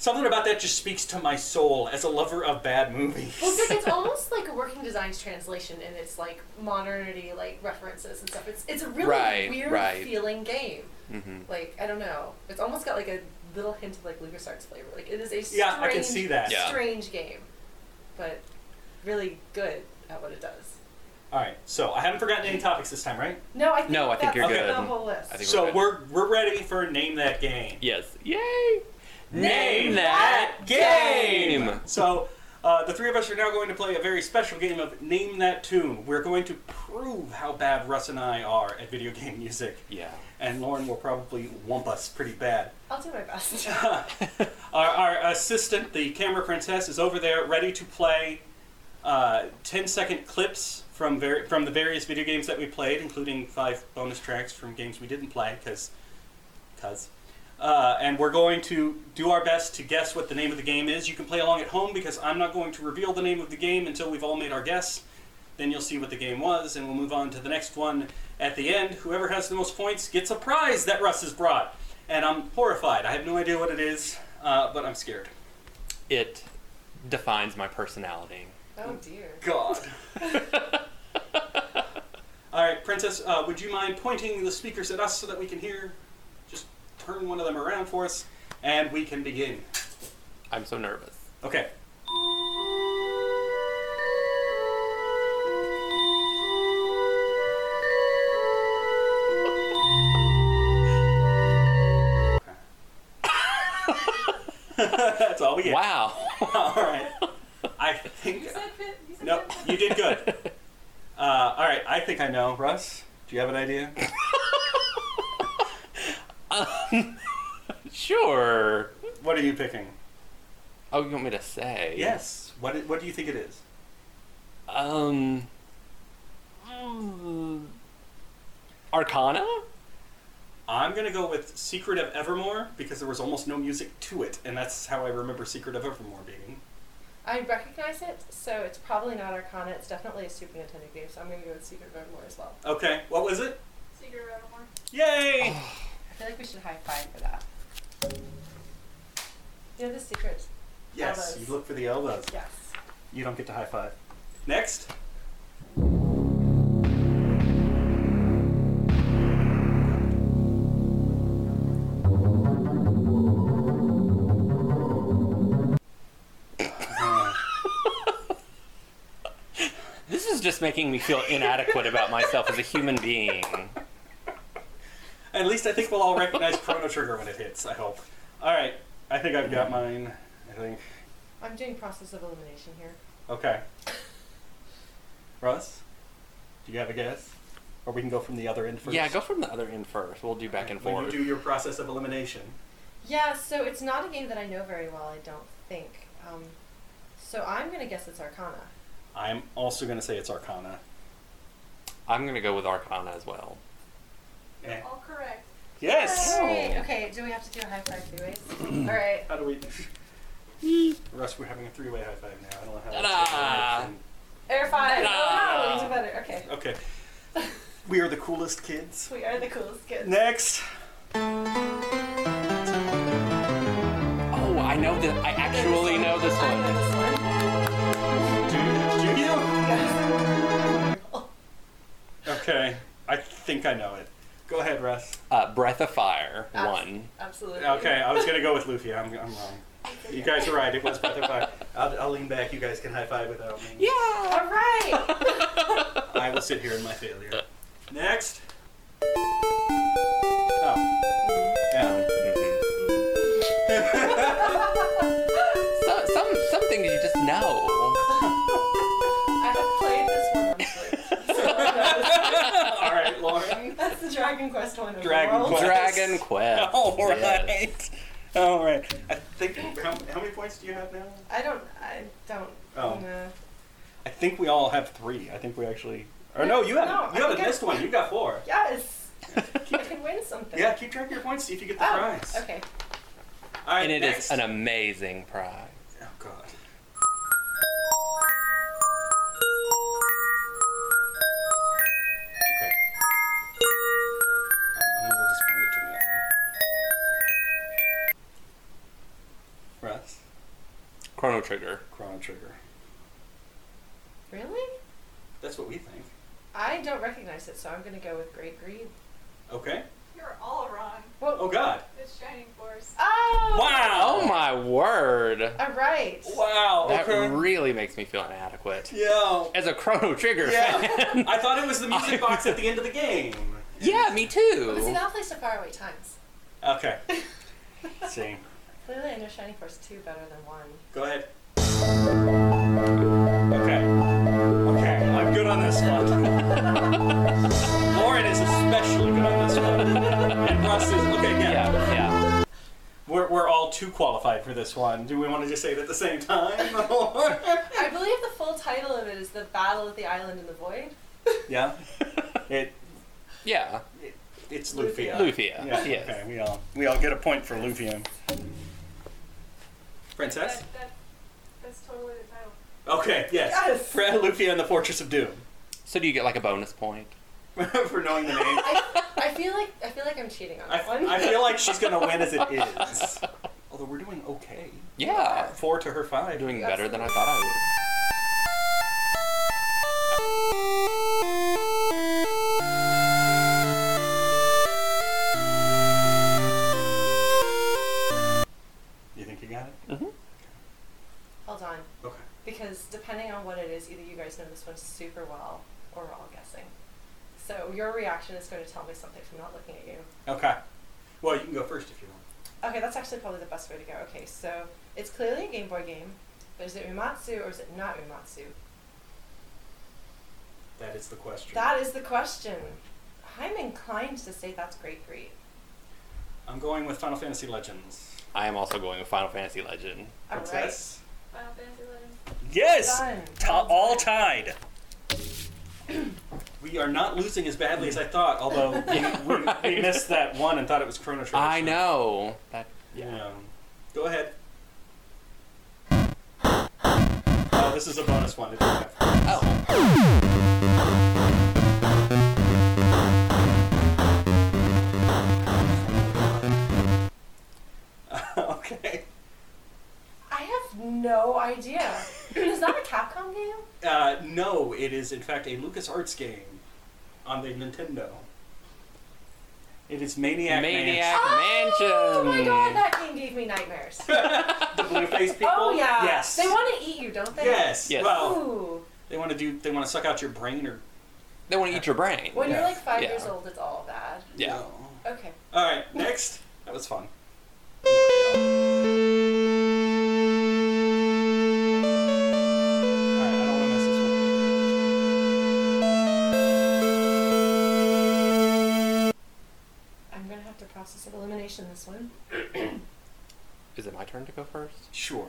Speaker 1: Something about that just speaks to my soul as a lover of bad movies.
Speaker 3: Well, it's like it's almost like a working designs translation, and it's like modernity, like references and stuff. It's it's a really
Speaker 4: Right,
Speaker 3: weird
Speaker 4: right.
Speaker 3: feeling game.
Speaker 4: Mm-hmm.
Speaker 3: Like I don't know, it's almost got like a little hint of like LucasArts flavor. Like it is a strange,
Speaker 1: Yeah, I can see that.
Speaker 4: Yeah.
Speaker 3: strange game, but really good at what it does.
Speaker 1: All right, so I haven't forgotten any topics this time, right?
Speaker 3: No, I think
Speaker 4: No, I think
Speaker 3: that's
Speaker 4: you're
Speaker 1: good.
Speaker 3: the whole list.
Speaker 4: I think
Speaker 1: So
Speaker 4: good.
Speaker 1: we're we're ready for name that game.
Speaker 4: Yes. Yay!
Speaker 1: Name
Speaker 4: Name
Speaker 1: that
Speaker 4: that
Speaker 1: game.
Speaker 4: game.
Speaker 1: So, uh, the three of us are now going to play a very special game of Name That Tune. We're going to prove how bad Russ and I are at video game music,
Speaker 4: Yeah.
Speaker 1: and Lauren will probably wump us pretty bad.
Speaker 3: I'll do my best.
Speaker 1: our, our assistant, the camera princess, is over there, ready to play uh, 10-second clips from ver- from the various video games that we played, including five bonus tracks from games we didn't play, because, cause. Uh, and we're going to do our best to guess what the name of the game is. You can play along at home because I'm not going to reveal the name of the game until we've all made our guess. Then you'll see what the game was, and we'll move on to the next one at the end. Whoever has the most points gets a prize that Russ has brought. And I'm horrified. I have no idea what it is, uh, but I'm scared.
Speaker 4: It defines my personality.
Speaker 3: oh dear.
Speaker 1: God. All right, Princess, uh, would you mind pointing the speakers at us so that we can hear? Just turn one of them around for us, and we can begin.
Speaker 4: I'm so nervous.
Speaker 1: Okay. That's all we get.
Speaker 4: Wow.
Speaker 1: All right. I think.
Speaker 3: You said it. You said
Speaker 1: No,
Speaker 3: it.
Speaker 1: you did good. Uh, all right, I think I know. Russ, do you have an idea?
Speaker 4: Um, sure.
Speaker 1: What are you picking?
Speaker 4: Oh, you want me to say?
Speaker 1: Yes. What i- What do you think it is?
Speaker 4: Um. mm, Arcana?
Speaker 1: I'm gonna go with Secret of Evermore because there was almost no music to it, and that's how I remember Secret of Evermore being.
Speaker 3: I recognize it, so it's probably not Arcana. It's definitely a Super Nintendo game, so I'm going to go with Secret of Evermore as well.
Speaker 1: Okay, what was it?
Speaker 3: Secret of Evermore.
Speaker 1: Yay!
Speaker 3: I feel like we should high five for that. You know the secret.
Speaker 1: yes,
Speaker 3: elbows.
Speaker 1: you look for the elbows.
Speaker 3: Yes.
Speaker 1: You don't get to high five. Next.
Speaker 4: This is just making me feel inadequate about myself as a human being.
Speaker 1: At least I think we'll all recognize Chrono Trigger when it hits, I hope. Alright, I think I've got mine. I think.
Speaker 3: I'm doing process of elimination here.
Speaker 1: Okay. Russ? Do you have a guess? Or we can go from the other end first.
Speaker 4: Yeah, go from the other end first. We'll do back and
Speaker 1: Will
Speaker 4: forth.
Speaker 1: You do your process of elimination.
Speaker 3: Yeah, so it's not a game that I know very well, I don't think. Um, so I'm going to guess it's Arcana.
Speaker 1: I'm also going to say it's Arcana.
Speaker 4: I'm going to go with Arcana as well.
Speaker 1: Eh.
Speaker 3: All correct.
Speaker 1: Yes!
Speaker 3: Yay! Okay, do we have to do a high five three ways?
Speaker 1: Mm.
Speaker 3: All right.
Speaker 1: How do we. Russ, we're having a three way high five now. I don't know how
Speaker 4: Ta-da!
Speaker 1: that's
Speaker 3: Air five.
Speaker 4: Ta-da!
Speaker 3: Oh, no, we do better. Okay.
Speaker 1: Okay. We are the coolest kids.
Speaker 3: We are the coolest kids.
Speaker 1: Next.
Speaker 4: Oh, I know this. I actually know this
Speaker 3: I know
Speaker 4: one.
Speaker 3: this one.
Speaker 1: Do you?
Speaker 3: Yes.
Speaker 1: Okay, I think I know it. Go ahead, Russ.
Speaker 4: Uh, Breath of Fire
Speaker 3: Abs-
Speaker 4: one.
Speaker 3: Absolutely.
Speaker 1: Okay, I was gonna go with Luffy. I'm, I'm wrong. You guys are right. It was Breath of Fire. I'll, I'll lean back. You guys can high five without me.
Speaker 4: Yeah.
Speaker 3: All right.
Speaker 1: I will sit here in my failure. Next. Oh. Yeah.
Speaker 4: so, some some things you just know.
Speaker 3: I have played this one. on Switch, so I know.
Speaker 1: All right, Lauren.
Speaker 3: That's the Dragon Quest one. Of
Speaker 1: Dragon
Speaker 3: the world.
Speaker 1: Quest.
Speaker 4: Dragon Quest.
Speaker 1: All right.
Speaker 4: yes.
Speaker 1: All right. I think. How, how many points do you have now?
Speaker 3: I don't. I don't.
Speaker 1: Oh.
Speaker 3: know.
Speaker 1: I think we all have three. I think we actually. Or no, you haven't.
Speaker 3: No, I
Speaker 1: you haven't
Speaker 3: think I-
Speaker 1: missed one. You got four.
Speaker 3: Yes. I can win something.
Speaker 1: Yeah, keep track of your points. See if you get the
Speaker 3: Oh,
Speaker 1: prize.
Speaker 3: okay.
Speaker 1: All right,
Speaker 4: And it is
Speaker 1: next.
Speaker 4: an amazing prize.
Speaker 1: Oh God. Okay. I'm, I'm a little disappointed to know. Russ,
Speaker 4: Chrono Trigger.
Speaker 1: Chrono Trigger.
Speaker 3: Really?
Speaker 1: That's what we think.
Speaker 3: I don't recognize it, so I'm gonna go with Great Greed.
Speaker 1: Okay.
Speaker 5: You're all wrong.
Speaker 3: Whoa.
Speaker 1: Oh God.
Speaker 5: It's Shining Force.
Speaker 3: Oh.
Speaker 1: Wow.
Speaker 4: Oh my word.
Speaker 3: All right.
Speaker 1: Wow.
Speaker 4: That
Speaker 1: okay.
Speaker 4: really makes me feel inadequate.
Speaker 1: Yo.
Speaker 4: As a Chrono Trigger
Speaker 1: Yeah.
Speaker 4: fan.
Speaker 1: I thought it was the music box at the end of the game.
Speaker 4: yeah, me
Speaker 3: But see,
Speaker 4: too.
Speaker 3: that place to Faraway Times.
Speaker 1: Okay. See.
Speaker 3: Clearly, I know Shining Force two better than one.
Speaker 1: Go ahead. Okay. Okay, I'm good on this one. Lauren is especially good on this one. And Russ is, okay, yeah.
Speaker 4: Yeah, yeah.
Speaker 1: We're, we're all too qualified for this one. Do we want to just say it at the same time?
Speaker 3: I believe the full title of it is The Battle of the Island in the Void.
Speaker 1: yeah. It,
Speaker 4: Yeah.
Speaker 1: it It's Lufia.
Speaker 4: Lufia,
Speaker 1: Yeah,
Speaker 4: yes.
Speaker 1: okay, we all, we all get a point for Lufia. Princess?
Speaker 5: That, that, that's totally the title.
Speaker 1: Okay, yes.
Speaker 3: Yes.
Speaker 1: Fred Lufia and the Fortress of Doom.
Speaker 4: So do you get like a bonus point?
Speaker 1: for knowing the name.
Speaker 3: I, I feel like I feel like I'm cheating on
Speaker 1: I,
Speaker 3: that one.
Speaker 1: I feel like she's gonna win as it is. Although we're doing okay. Uh,
Speaker 4: Yeah.
Speaker 1: Four to her five.
Speaker 4: Doing better than I thought I would.
Speaker 1: You think you got it?
Speaker 3: Hold on,
Speaker 1: Okay.
Speaker 3: because depending on what it is, either you guys know this one super well, or we're all guessing. So your reaction is going to tell me something from not looking at you.
Speaker 1: Okay. Well, you can go first if you want.
Speaker 3: Okay, that's actually probably the best way to go. Okay, so it's clearly a Game Boy game, but is it Umatsu or is it not Umatsu?
Speaker 1: That is the question.
Speaker 3: That is the question. I'm inclined to say that's Great Greed.
Speaker 1: I'm going with Final Fantasy Legends.
Speaker 4: I am also going with Final Fantasy Legend.
Speaker 3: All right.
Speaker 1: Princess?
Speaker 5: Final Fantasy Legends.
Speaker 1: Yes.
Speaker 3: Done.
Speaker 1: Ta- all tied. we are not losing as badly as I thought. Although we, we, we
Speaker 4: Right.
Speaker 1: missed that one and thought it was Chrono Trigger.
Speaker 4: I know. That
Speaker 1: Yeah. Um, Go ahead. Oh, this is a bonus one. It doesn't have-
Speaker 4: Oh.
Speaker 1: okay.
Speaker 3: I have no idea. is that a Capcom game?
Speaker 1: Uh, no, it is in fact a LucasArts game on the Nintendo. It is Maniac,
Speaker 4: Maniac
Speaker 3: Oh my
Speaker 4: Mansion.
Speaker 3: god, that game gave me nightmares.
Speaker 1: Mansion. The blue-faced people.
Speaker 3: oh yeah.
Speaker 1: Yes.
Speaker 3: They want to eat you, don't they?
Speaker 1: Yes. Oh.
Speaker 4: Yes.
Speaker 1: Well,
Speaker 3: Ooh.
Speaker 1: they want to do. They want to suck out your brain or.
Speaker 4: They want to eat your brain.
Speaker 3: When you're
Speaker 1: Yeah.
Speaker 3: like five
Speaker 4: Yeah.
Speaker 3: years old, it's all bad.
Speaker 4: Yeah.
Speaker 1: No.
Speaker 3: Okay.
Speaker 1: All right. Next. That was fun. All right. I don't want to mess this one.
Speaker 3: I'm gonna have to process of elimination this one.
Speaker 4: Is it my turn to go first?
Speaker 1: Sure.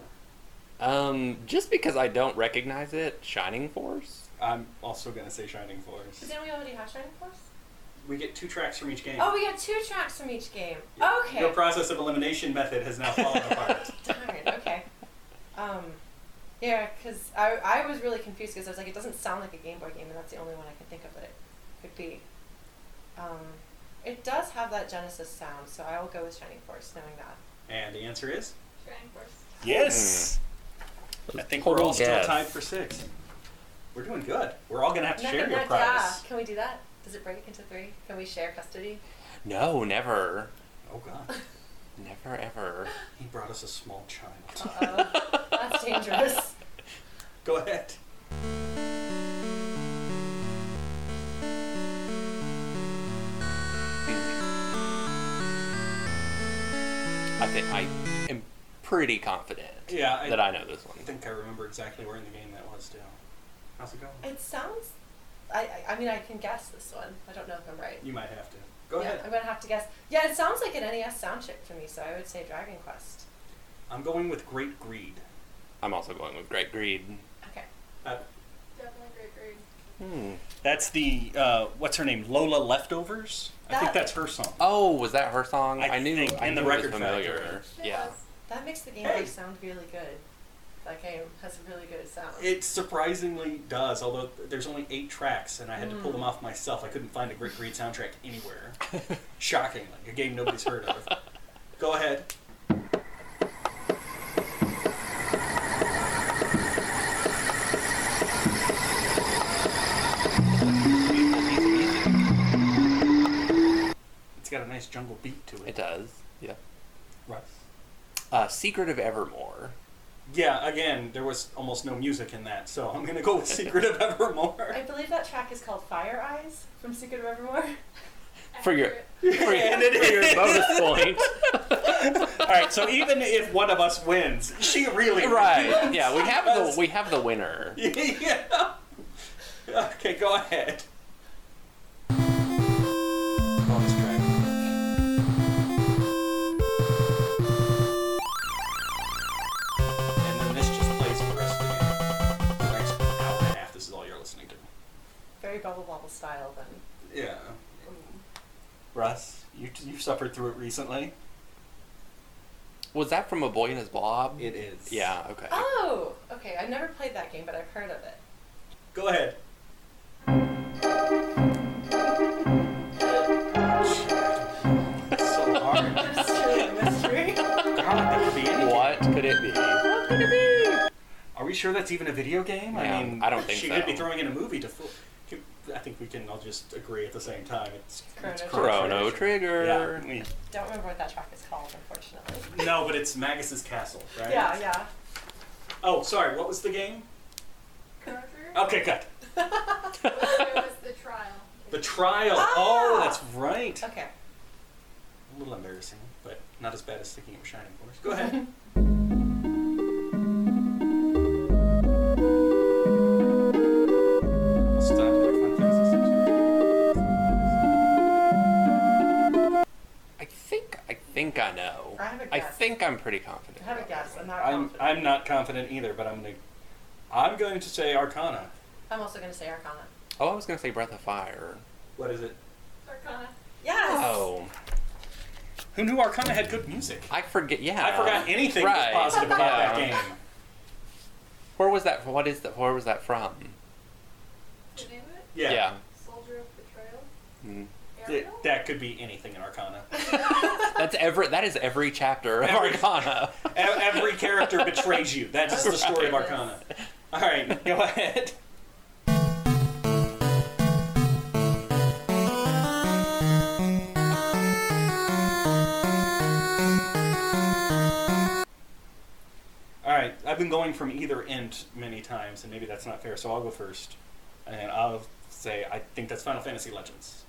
Speaker 4: Um, just because I don't recognize it, Shining Force.
Speaker 1: I'm also gonna say Shining Force.
Speaker 3: Didn't we already have Shining Force?
Speaker 1: We get two tracks from each game.
Speaker 3: Oh, we got two tracks from each game. Okay.
Speaker 1: Your process of elimination method has now fallen apart.
Speaker 3: Darn. Okay. Um, yeah, because I, I was really confused because I was like, it doesn't sound like a Game Boy game, and that's the only one I can think of that it could be. Um, it does have that Genesis sound, so I will go with Shining Force, knowing that.
Speaker 1: And the answer is
Speaker 5: Shining Force.
Speaker 1: yes. I think we're
Speaker 4: Total
Speaker 1: all still
Speaker 4: guess.
Speaker 1: tied for six. We're doing good. We're all gonna have to
Speaker 3: Nothing-
Speaker 1: share your
Speaker 3: not- yeah.
Speaker 1: prize.
Speaker 3: Can we do that? Does it break into three? Can we share custody?
Speaker 4: No, never.
Speaker 1: Oh God,
Speaker 4: Never ever.
Speaker 1: he brought us a small child.
Speaker 3: Uh-oh. Oh, That's dangerous.
Speaker 1: Go ahead.
Speaker 4: I think I am pretty confident
Speaker 1: Yeah, I
Speaker 4: that I know this
Speaker 1: I
Speaker 4: one.
Speaker 1: think I remember exactly where in the game that was too. How's it going?
Speaker 3: It sounds. I, I, I mean, I can guess this one. I don't know if I'm right.
Speaker 1: You might have to. Go
Speaker 3: yeah, I'm
Speaker 1: ahead.
Speaker 3: gonna have to guess. Yeah, it sounds like an NES sound chip for me, so I would say Dragon Quest.
Speaker 1: I'm going with Great Greed.
Speaker 4: I'm also going with Great Greed.
Speaker 3: Okay.
Speaker 1: Uh,
Speaker 5: Definitely great grade.
Speaker 4: Hmm.
Speaker 1: that's the uh, what's her name? Lola Leftovers. I think
Speaker 3: That-
Speaker 1: that's her song.
Speaker 4: Oh, was that her song?
Speaker 1: I
Speaker 4: I, knew.
Speaker 1: think,
Speaker 4: I
Speaker 1: and the
Speaker 4: knew it was
Speaker 1: record
Speaker 4: familiar.
Speaker 1: factory.
Speaker 4: Yeah.
Speaker 5: Yes.
Speaker 3: That makes the game
Speaker 1: Hey.
Speaker 3: sound really good. That game has a really good sound.
Speaker 1: It surprisingly does, although there's only eight tracks, and I had to pull them off myself. I couldn't find a Great Greed soundtrack anywhere. Shockingly, a game nobody's heard of. Go ahead. It's got a nice jungle beat to
Speaker 4: It
Speaker 1: it.
Speaker 4: does. Yeah.
Speaker 1: Right.
Speaker 4: Uh, Secret of Evermore.
Speaker 1: Yeah, again, there was almost no music in that, so I'm gonna go with Secret of Evermore.
Speaker 3: I believe that track is called Fire Eyes from Secret of Evermore.
Speaker 4: For your-
Speaker 5: Accurate.
Speaker 4: For your,
Speaker 1: And it
Speaker 4: for your
Speaker 1: is.
Speaker 4: bonus point.
Speaker 1: All right, so even if one of us wins, she really
Speaker 4: right.
Speaker 1: wins.
Speaker 4: Yeah, we have the we have the winner.
Speaker 1: yeah. Okay, go ahead. And then this just plays for the rest of the game. The next hour and a half, this is all you're listening to.
Speaker 3: Very bubble bobble style then.
Speaker 1: Yeah.
Speaker 3: Mm.
Speaker 1: Russ, you you suffered through it recently.
Speaker 4: Was that from A Boy and His Blob?
Speaker 1: It is.
Speaker 4: Yeah. Okay.
Speaker 3: Oh, okay. I've never played that game, but I've heard of it.
Speaker 1: Go ahead. so hard. God,
Speaker 3: It's truly a mystery.
Speaker 1: that could be anything.
Speaker 4: What could it be?
Speaker 1: Are we sure that's even a video game?
Speaker 4: Yeah,
Speaker 1: I mean,
Speaker 4: I don't think
Speaker 1: she
Speaker 4: so.
Speaker 1: could be throwing in a movie to fool. can- I think we can all just agree at the same time. It's
Speaker 3: Chrono
Speaker 1: it's
Speaker 4: Chrono Trigger.
Speaker 1: Yeah, Mm-hmm. we-
Speaker 3: Don't remember what that track is called, unfortunately.
Speaker 1: no, but it's Magus's castle, right?
Speaker 3: Yeah, yeah.
Speaker 1: Oh, sorry. What was the game?
Speaker 5: Crocker?
Speaker 1: Okay, good.
Speaker 5: It was the trial.
Speaker 1: The trial.
Speaker 3: Ah!
Speaker 1: Oh, that's right.
Speaker 3: Okay.
Speaker 1: A little embarrassing, but not as bad as sticking it with Shining Force. Go ahead. It's time to look for things that
Speaker 4: I think I think I know.
Speaker 3: I have a
Speaker 4: I
Speaker 3: guess.
Speaker 4: think I'm pretty confident.
Speaker 3: I have a
Speaker 4: about
Speaker 3: guess.
Speaker 4: that
Speaker 3: I'm
Speaker 4: one.
Speaker 3: not confident.
Speaker 1: I'm, I'm not confident either, but I'm going to I'm going to say Arcana.
Speaker 3: I'm also going to say Arcana.
Speaker 4: Oh, I was gonna say Breath of Fire.
Speaker 1: What is it?
Speaker 5: Arcana.
Speaker 3: Yes!
Speaker 4: Oh,
Speaker 1: Who knew Arcana had good music?
Speaker 4: I forget. Yeah,
Speaker 1: I forgot anything that's
Speaker 4: right,
Speaker 1: positive about that
Speaker 4: yeah.
Speaker 1: game.
Speaker 4: Where was that? What is that? Where was that from?
Speaker 5: The name of it?
Speaker 1: Yeah.
Speaker 5: Soldier of the Trail?
Speaker 4: Mm.
Speaker 1: Th-
Speaker 5: Ariel?
Speaker 1: that could be anything in Arcana.
Speaker 4: That's every. That is every chapter of
Speaker 1: Every-
Speaker 4: Arcana.
Speaker 1: E- Every character betrays you. That is the story of
Speaker 3: Right.
Speaker 1: Arcana. All right, go ahead. All right, I've been going from either end many times, and maybe that's not fair, so I'll go first. And I'll say I think that's Final Fantasy Legends.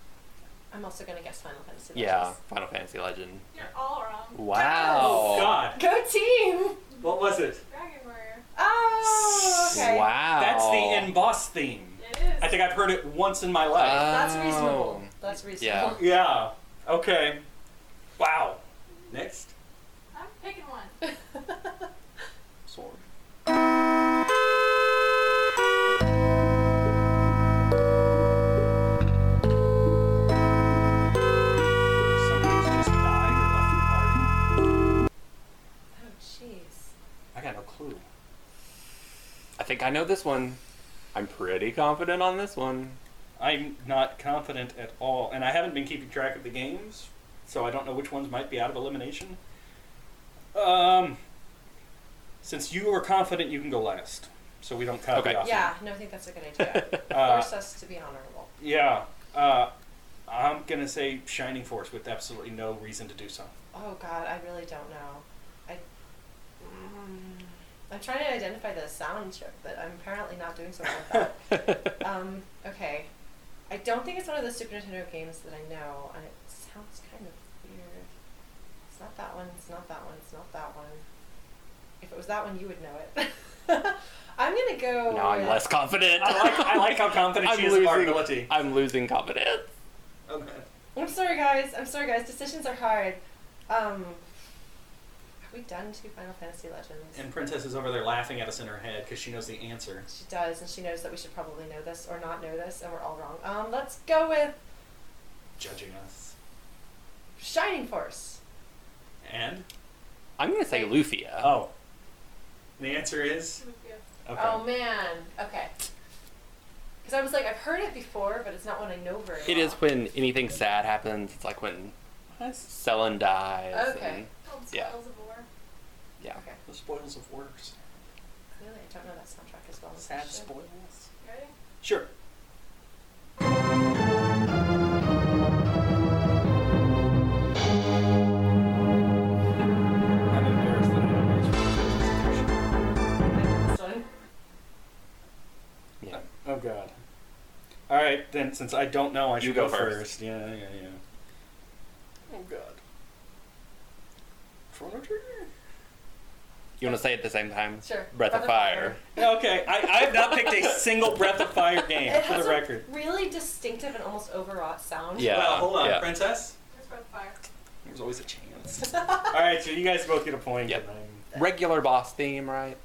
Speaker 3: I'm also going to guess Final Fantasy.
Speaker 4: yeah, Final Fantasy Legend. Oh,
Speaker 5: You're all wrong.
Speaker 4: Wow.
Speaker 1: God.
Speaker 3: Go team!
Speaker 1: Oh, What was it?
Speaker 5: Dragon Warrior.
Speaker 3: Oh, okay.
Speaker 4: Wow.
Speaker 1: That's the in boss theme.
Speaker 5: It is.
Speaker 1: I think I've heard it once in my life.
Speaker 3: That's reasonable.
Speaker 4: Oh.
Speaker 3: That's reasonable.
Speaker 4: Yeah.
Speaker 1: Yeah. Okay. Wow. Next.
Speaker 5: I'm picking one.
Speaker 1: Sword. Somebody's just died or left the party.
Speaker 3: Oh, jeez.
Speaker 1: I got no clue.
Speaker 4: I think I know this one. I'm pretty confident on this one.
Speaker 1: I'm not confident at all, and I haven't been keeping track of the games, so I don't know which ones might be out of elimination. Um, since you are confident, you can go last. so we don't copy
Speaker 4: Okay.
Speaker 1: off.
Speaker 3: Yeah, no, I think that's a good idea.
Speaker 1: them. Uh,
Speaker 3: Force us to be honorable.
Speaker 1: yeah. Uh, I'm gonna say Shining Force with absolutely no reason to do so.
Speaker 3: Oh God, I really don't know. I mm, I'm trying to identify the sound chip, but I'm apparently not doing something with that. um, okay, I don't think it's one of the Super Nintendo games that I know, and it sounds kind of weird. It's not that one. It's not that one. It's not that one. If it was that one, you would know it. I'm gonna go.
Speaker 4: Now I'm
Speaker 3: with-
Speaker 4: less confident.
Speaker 1: I like I like how confident
Speaker 4: I'm
Speaker 1: she is of our
Speaker 4: losing-
Speaker 1: ability.
Speaker 4: I'm losing confidence.
Speaker 1: Okay.
Speaker 3: I'm sorry, guys. I'm sorry, guys. Decisions are hard. Um, have we done two Final Fantasy Legends?
Speaker 1: And Princess is over there laughing at us in her head because she knows the answer.
Speaker 3: She does, and she knows that we should probably know this or not know this, and we're all wrong. Um, let's go with
Speaker 1: Judging us.
Speaker 3: Shining Force.
Speaker 1: And
Speaker 4: I'm gonna say Lufia.
Speaker 1: oh, the answer is okay.
Speaker 3: Oh man. Okay. Because I was like, I've heard it before, but it's not one I know very
Speaker 4: It
Speaker 3: well.
Speaker 4: is when anything sad happens. It's like when
Speaker 1: That's
Speaker 4: Selen dies.
Speaker 3: Okay.
Speaker 4: and-
Speaker 5: Called Spoils
Speaker 4: Yeah.
Speaker 5: of War.
Speaker 4: yeah.
Speaker 3: Okay.
Speaker 1: the spoils of worse.
Speaker 3: Really, I don't know that soundtrack as well. as I
Speaker 1: Sad
Speaker 3: should.
Speaker 1: spoils.
Speaker 5: Ready?
Speaker 1: Sure. I'm embarrassed that I don't know this one.
Speaker 3: I did this one.
Speaker 4: Yeah.
Speaker 1: Oh God. All right, then. Since I don't know, I
Speaker 4: You
Speaker 1: should
Speaker 4: go
Speaker 1: go,
Speaker 4: first.
Speaker 1: first. Yeah, yeah, yeah. Oh God. Chrono Trigger.
Speaker 4: You want to say it at the same time?
Speaker 3: Sure.
Speaker 4: Breath of Fire.
Speaker 1: Okay, I, I have not picked a single Breath of Fire game
Speaker 3: It
Speaker 1: for
Speaker 3: has
Speaker 1: the
Speaker 3: a
Speaker 1: record.
Speaker 3: really distinctive and almost overwrought sound.
Speaker 4: Yeah.
Speaker 1: well, hold on,
Speaker 4: yeah.
Speaker 1: Princess.
Speaker 5: There's Breath of Fire.
Speaker 1: There's always a chance. All right, so you guys both get a point.
Speaker 4: Yep.
Speaker 1: and I'm-
Speaker 4: Regular boss theme, right?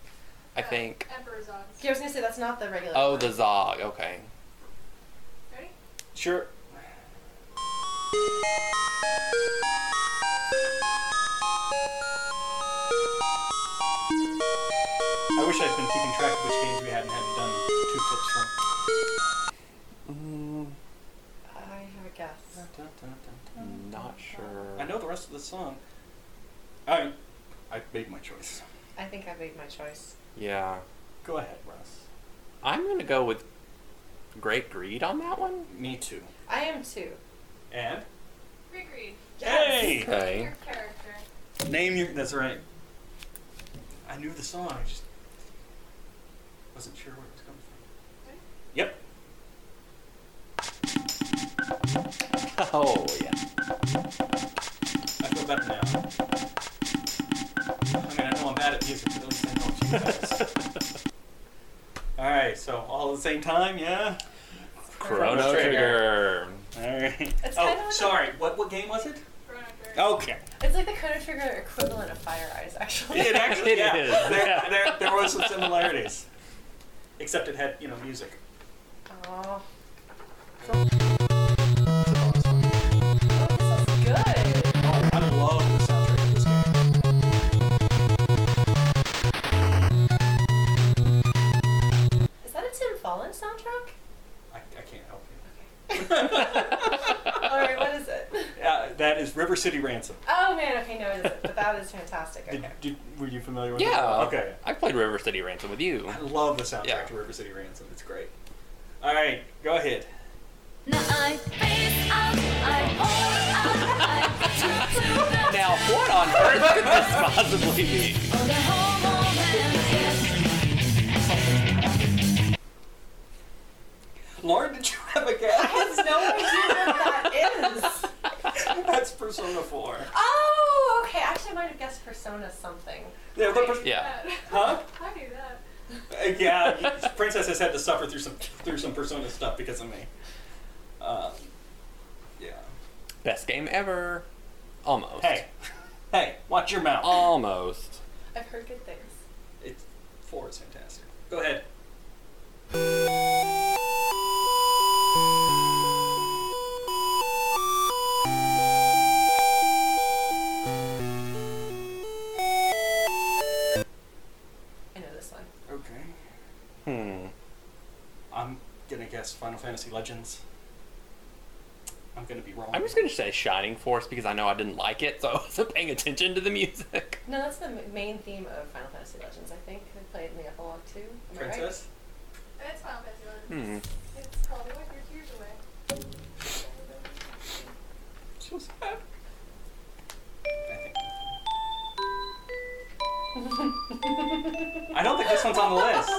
Speaker 4: I
Speaker 5: Uh,
Speaker 4: think.
Speaker 5: Emperor's Odd.
Speaker 3: Okay, I was gonna say that's not the regular.
Speaker 4: Oh, the Zog. Okay.
Speaker 5: Ready?
Speaker 1: Sure. I wish I'd been keeping track of which games we hadn't had done two clips
Speaker 4: Mm,
Speaker 1: from.
Speaker 3: I have a guess.
Speaker 4: not sure.
Speaker 1: I know the rest of the song. I I made my choice.
Speaker 3: I think I made my choice.
Speaker 4: Yeah.
Speaker 1: Go ahead, Russ.
Speaker 4: I'm gonna go with Great Greed on that one.
Speaker 1: Me too.
Speaker 3: I am too.
Speaker 1: And
Speaker 5: Reread.
Speaker 3: Yes.
Speaker 1: hey,
Speaker 4: Okay.
Speaker 5: Your character.
Speaker 1: name your. That's right. I knew the song. I just wasn't sure where it was coming from.
Speaker 5: Ready?
Speaker 1: Yep.
Speaker 4: Oh yeah.
Speaker 1: I feel better now. I mean, I know I'm bad at music, but at least I know a few things. all right, so all at the same time, yeah.
Speaker 4: Chrono
Speaker 1: Trigger.
Speaker 4: Trigger.
Speaker 1: All right.
Speaker 3: It's
Speaker 1: oh,
Speaker 3: kinda like a-
Speaker 1: sorry. What what game was it?
Speaker 5: Chrono Trigger.
Speaker 4: Oh,
Speaker 1: Okay.
Speaker 3: It's like the Chrono Trigger equivalent of Fire Eyes, actually.
Speaker 1: It actually
Speaker 4: It
Speaker 1: yeah,
Speaker 4: is,
Speaker 1: There,
Speaker 4: yeah.
Speaker 1: There, there were some similarities, except it had you know music.
Speaker 3: Oh. Oh, this is good.
Speaker 1: Oh, I love the soundtrack of this game.
Speaker 3: Is that a Tim Fallon soundtrack?
Speaker 1: I, I can't help you.
Speaker 3: All right, what is it?
Speaker 1: Uh, that is River City Ransom.
Speaker 3: Oh man, okay, no, it isn't. But that is fantastic. Okay.
Speaker 1: Did, did, were you familiar with
Speaker 4: Yeah.
Speaker 1: it? Okay.
Speaker 4: I played River City Ransom with you.
Speaker 1: I love the soundtrack
Speaker 4: Yeah.
Speaker 1: to River City Ransom. It's great. All right, go ahead.
Speaker 4: Now, what on earth could this possibly be?
Speaker 1: Lauren, did you have a
Speaker 3: I have no
Speaker 1: guess?
Speaker 3: idea what that is.
Speaker 1: That's Persona 4.
Speaker 3: Oh, okay. Actually, I might have guessed Persona something.
Speaker 1: Yeah, the pers-
Speaker 4: Yeah.
Speaker 1: Huh?
Speaker 5: I knew that.
Speaker 1: Uh, yeah, Princess has had to suffer through some through some Persona stuff because of me. Um, yeah.
Speaker 4: Best game ever. Almost.
Speaker 1: Hey, hey, watch your mouth.
Speaker 4: Almost.
Speaker 3: I've heard good things.
Speaker 1: It's four is fantastic. Go ahead.
Speaker 3: I know this one.
Speaker 1: Okay.
Speaker 4: Hmm.
Speaker 1: I'm gonna guess Final Fantasy Legends. I'm I'm going to be wrong.
Speaker 4: I'm just gonna say Shining Force because I know I didn't like it, so I wasn't paying attention to the music.
Speaker 3: No, that's the m- main theme of Final Fantasy Legends. I think they play it in the epilogue too. Am I right?
Speaker 1: Princess?
Speaker 5: It's Final Fantasy Legends.
Speaker 4: Hmm.
Speaker 5: It's called Wipe Your Tears Away.
Speaker 1: So sad. I think- I don't think this one's on the list.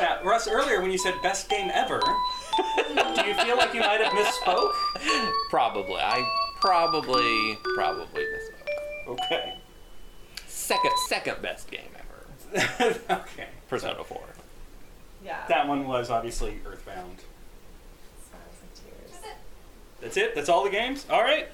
Speaker 1: Now, Russ, earlier when you said best game ever, do you feel like you might have misspoke?
Speaker 4: Probably. I probably probably misspoke.
Speaker 1: Okay.
Speaker 4: Second second best game ever.
Speaker 1: okay.
Speaker 4: Persona Four.
Speaker 3: Yeah.
Speaker 1: That one was obviously Earthbound.
Speaker 3: Sounds like tears.
Speaker 5: That's it.
Speaker 1: That's it? That's all the games? All right.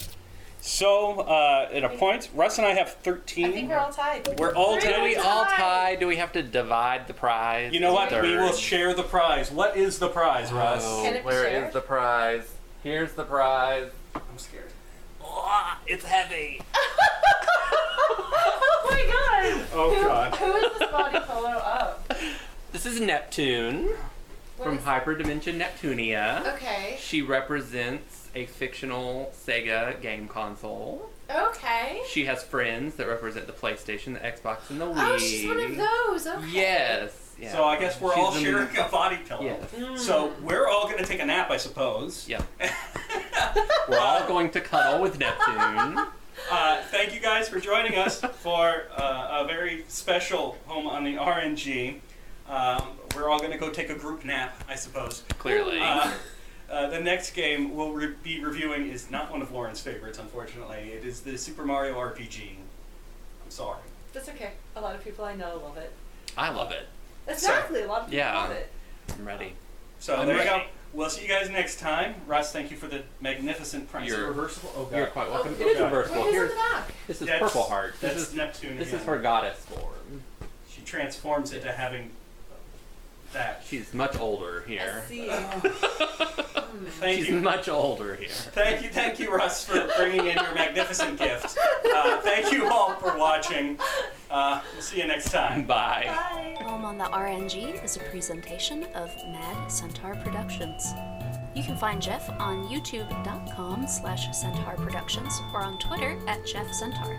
Speaker 1: So, uh, at a point, Russ and I have 13.
Speaker 3: I think we're all tied.
Speaker 1: We're all
Speaker 5: Three
Speaker 4: Do we
Speaker 1: tied.
Speaker 5: tied.
Speaker 4: all tie? Do we have to divide the prize?
Speaker 1: You know what?
Speaker 4: Third.
Speaker 1: We will share the prize. What is the prize, Russ?
Speaker 4: Oh,
Speaker 3: Can it be
Speaker 4: where
Speaker 3: shared?
Speaker 4: is the prize? Here's the prize.
Speaker 1: I'm scared.
Speaker 4: Ah, it's heavy.
Speaker 3: oh my god!
Speaker 1: Oh,
Speaker 3: who,
Speaker 1: God.
Speaker 3: Who is this body polo of?
Speaker 4: This is Neptune
Speaker 3: What
Speaker 4: from
Speaker 3: is-
Speaker 4: Hyperdimension Neptunia.
Speaker 3: Okay.
Speaker 4: She represents a fictional Sega game console.
Speaker 3: Okay.
Speaker 4: She has friends that represent the PlayStation, the Xbox, and the Wii.
Speaker 3: Oh, she's one of those. Okay.
Speaker 4: Yes. yeah.
Speaker 1: So I guess we're
Speaker 4: She's
Speaker 1: all
Speaker 4: the-
Speaker 1: sharing a body pillow.
Speaker 4: Yes.
Speaker 1: So we're all going to take a nap, I suppose.
Speaker 4: Yeah. We're all going to cuddle with Neptune.
Speaker 1: Uh, thank you guys for joining us for uh, a very special Home on the RNG. Um, we're all going to go take a group nap, I suppose.
Speaker 4: Clearly.
Speaker 1: Uh, uh, the next game we'll re- be reviewing is not one of Lauren's favorites, unfortunately. It is the Super Mario RPG. I'm sorry.
Speaker 3: That's okay. A lot of people I know love it.
Speaker 4: I love it.
Speaker 3: Exactly. a lot of people
Speaker 4: yeah.
Speaker 3: love it.
Speaker 4: I'm ready.
Speaker 1: So
Speaker 4: I'm
Speaker 1: there you go.
Speaker 4: ready.
Speaker 1: We'll see you guys next time. Russ, thank you for the magnificent price.
Speaker 4: You're-
Speaker 1: reversible. Oh,
Speaker 4: You're quite welcome.
Speaker 3: Oh,
Speaker 4: it is
Speaker 1: okay.
Speaker 4: reversible.
Speaker 3: Wait, who's
Speaker 4: Here,
Speaker 3: in the back?
Speaker 4: this is
Speaker 1: That's-
Speaker 4: Purple Heart. This
Speaker 1: That's
Speaker 4: is
Speaker 1: Neptune.
Speaker 4: this
Speaker 1: again.
Speaker 4: is her goddess form.
Speaker 1: She transforms into having that.
Speaker 4: She's much older here.
Speaker 3: I see.
Speaker 1: Thank
Speaker 4: She's
Speaker 1: you.
Speaker 4: much older here.
Speaker 1: Thank you, thank you, Russ, for bringing in your magnificent gift. Uh, thank you all for watching. Uh, we'll see you next time.
Speaker 4: Bye.
Speaker 5: Bye.
Speaker 6: Home on the RNG is a presentation of Mad Centaur Productions. You can find Jeff on youtube.com slash centaur productions or on Twitter at Jeff Centaur.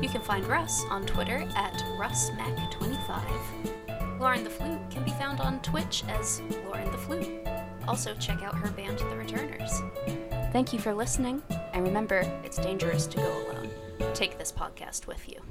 Speaker 6: You can find Russ on Twitter at RussMac25. Lauren the Flute can be found on Twitch as Lauren the Flute. Also check out her band The Returners. Thank you for listening, and remember, it's dangerous to go alone. Take this podcast with you.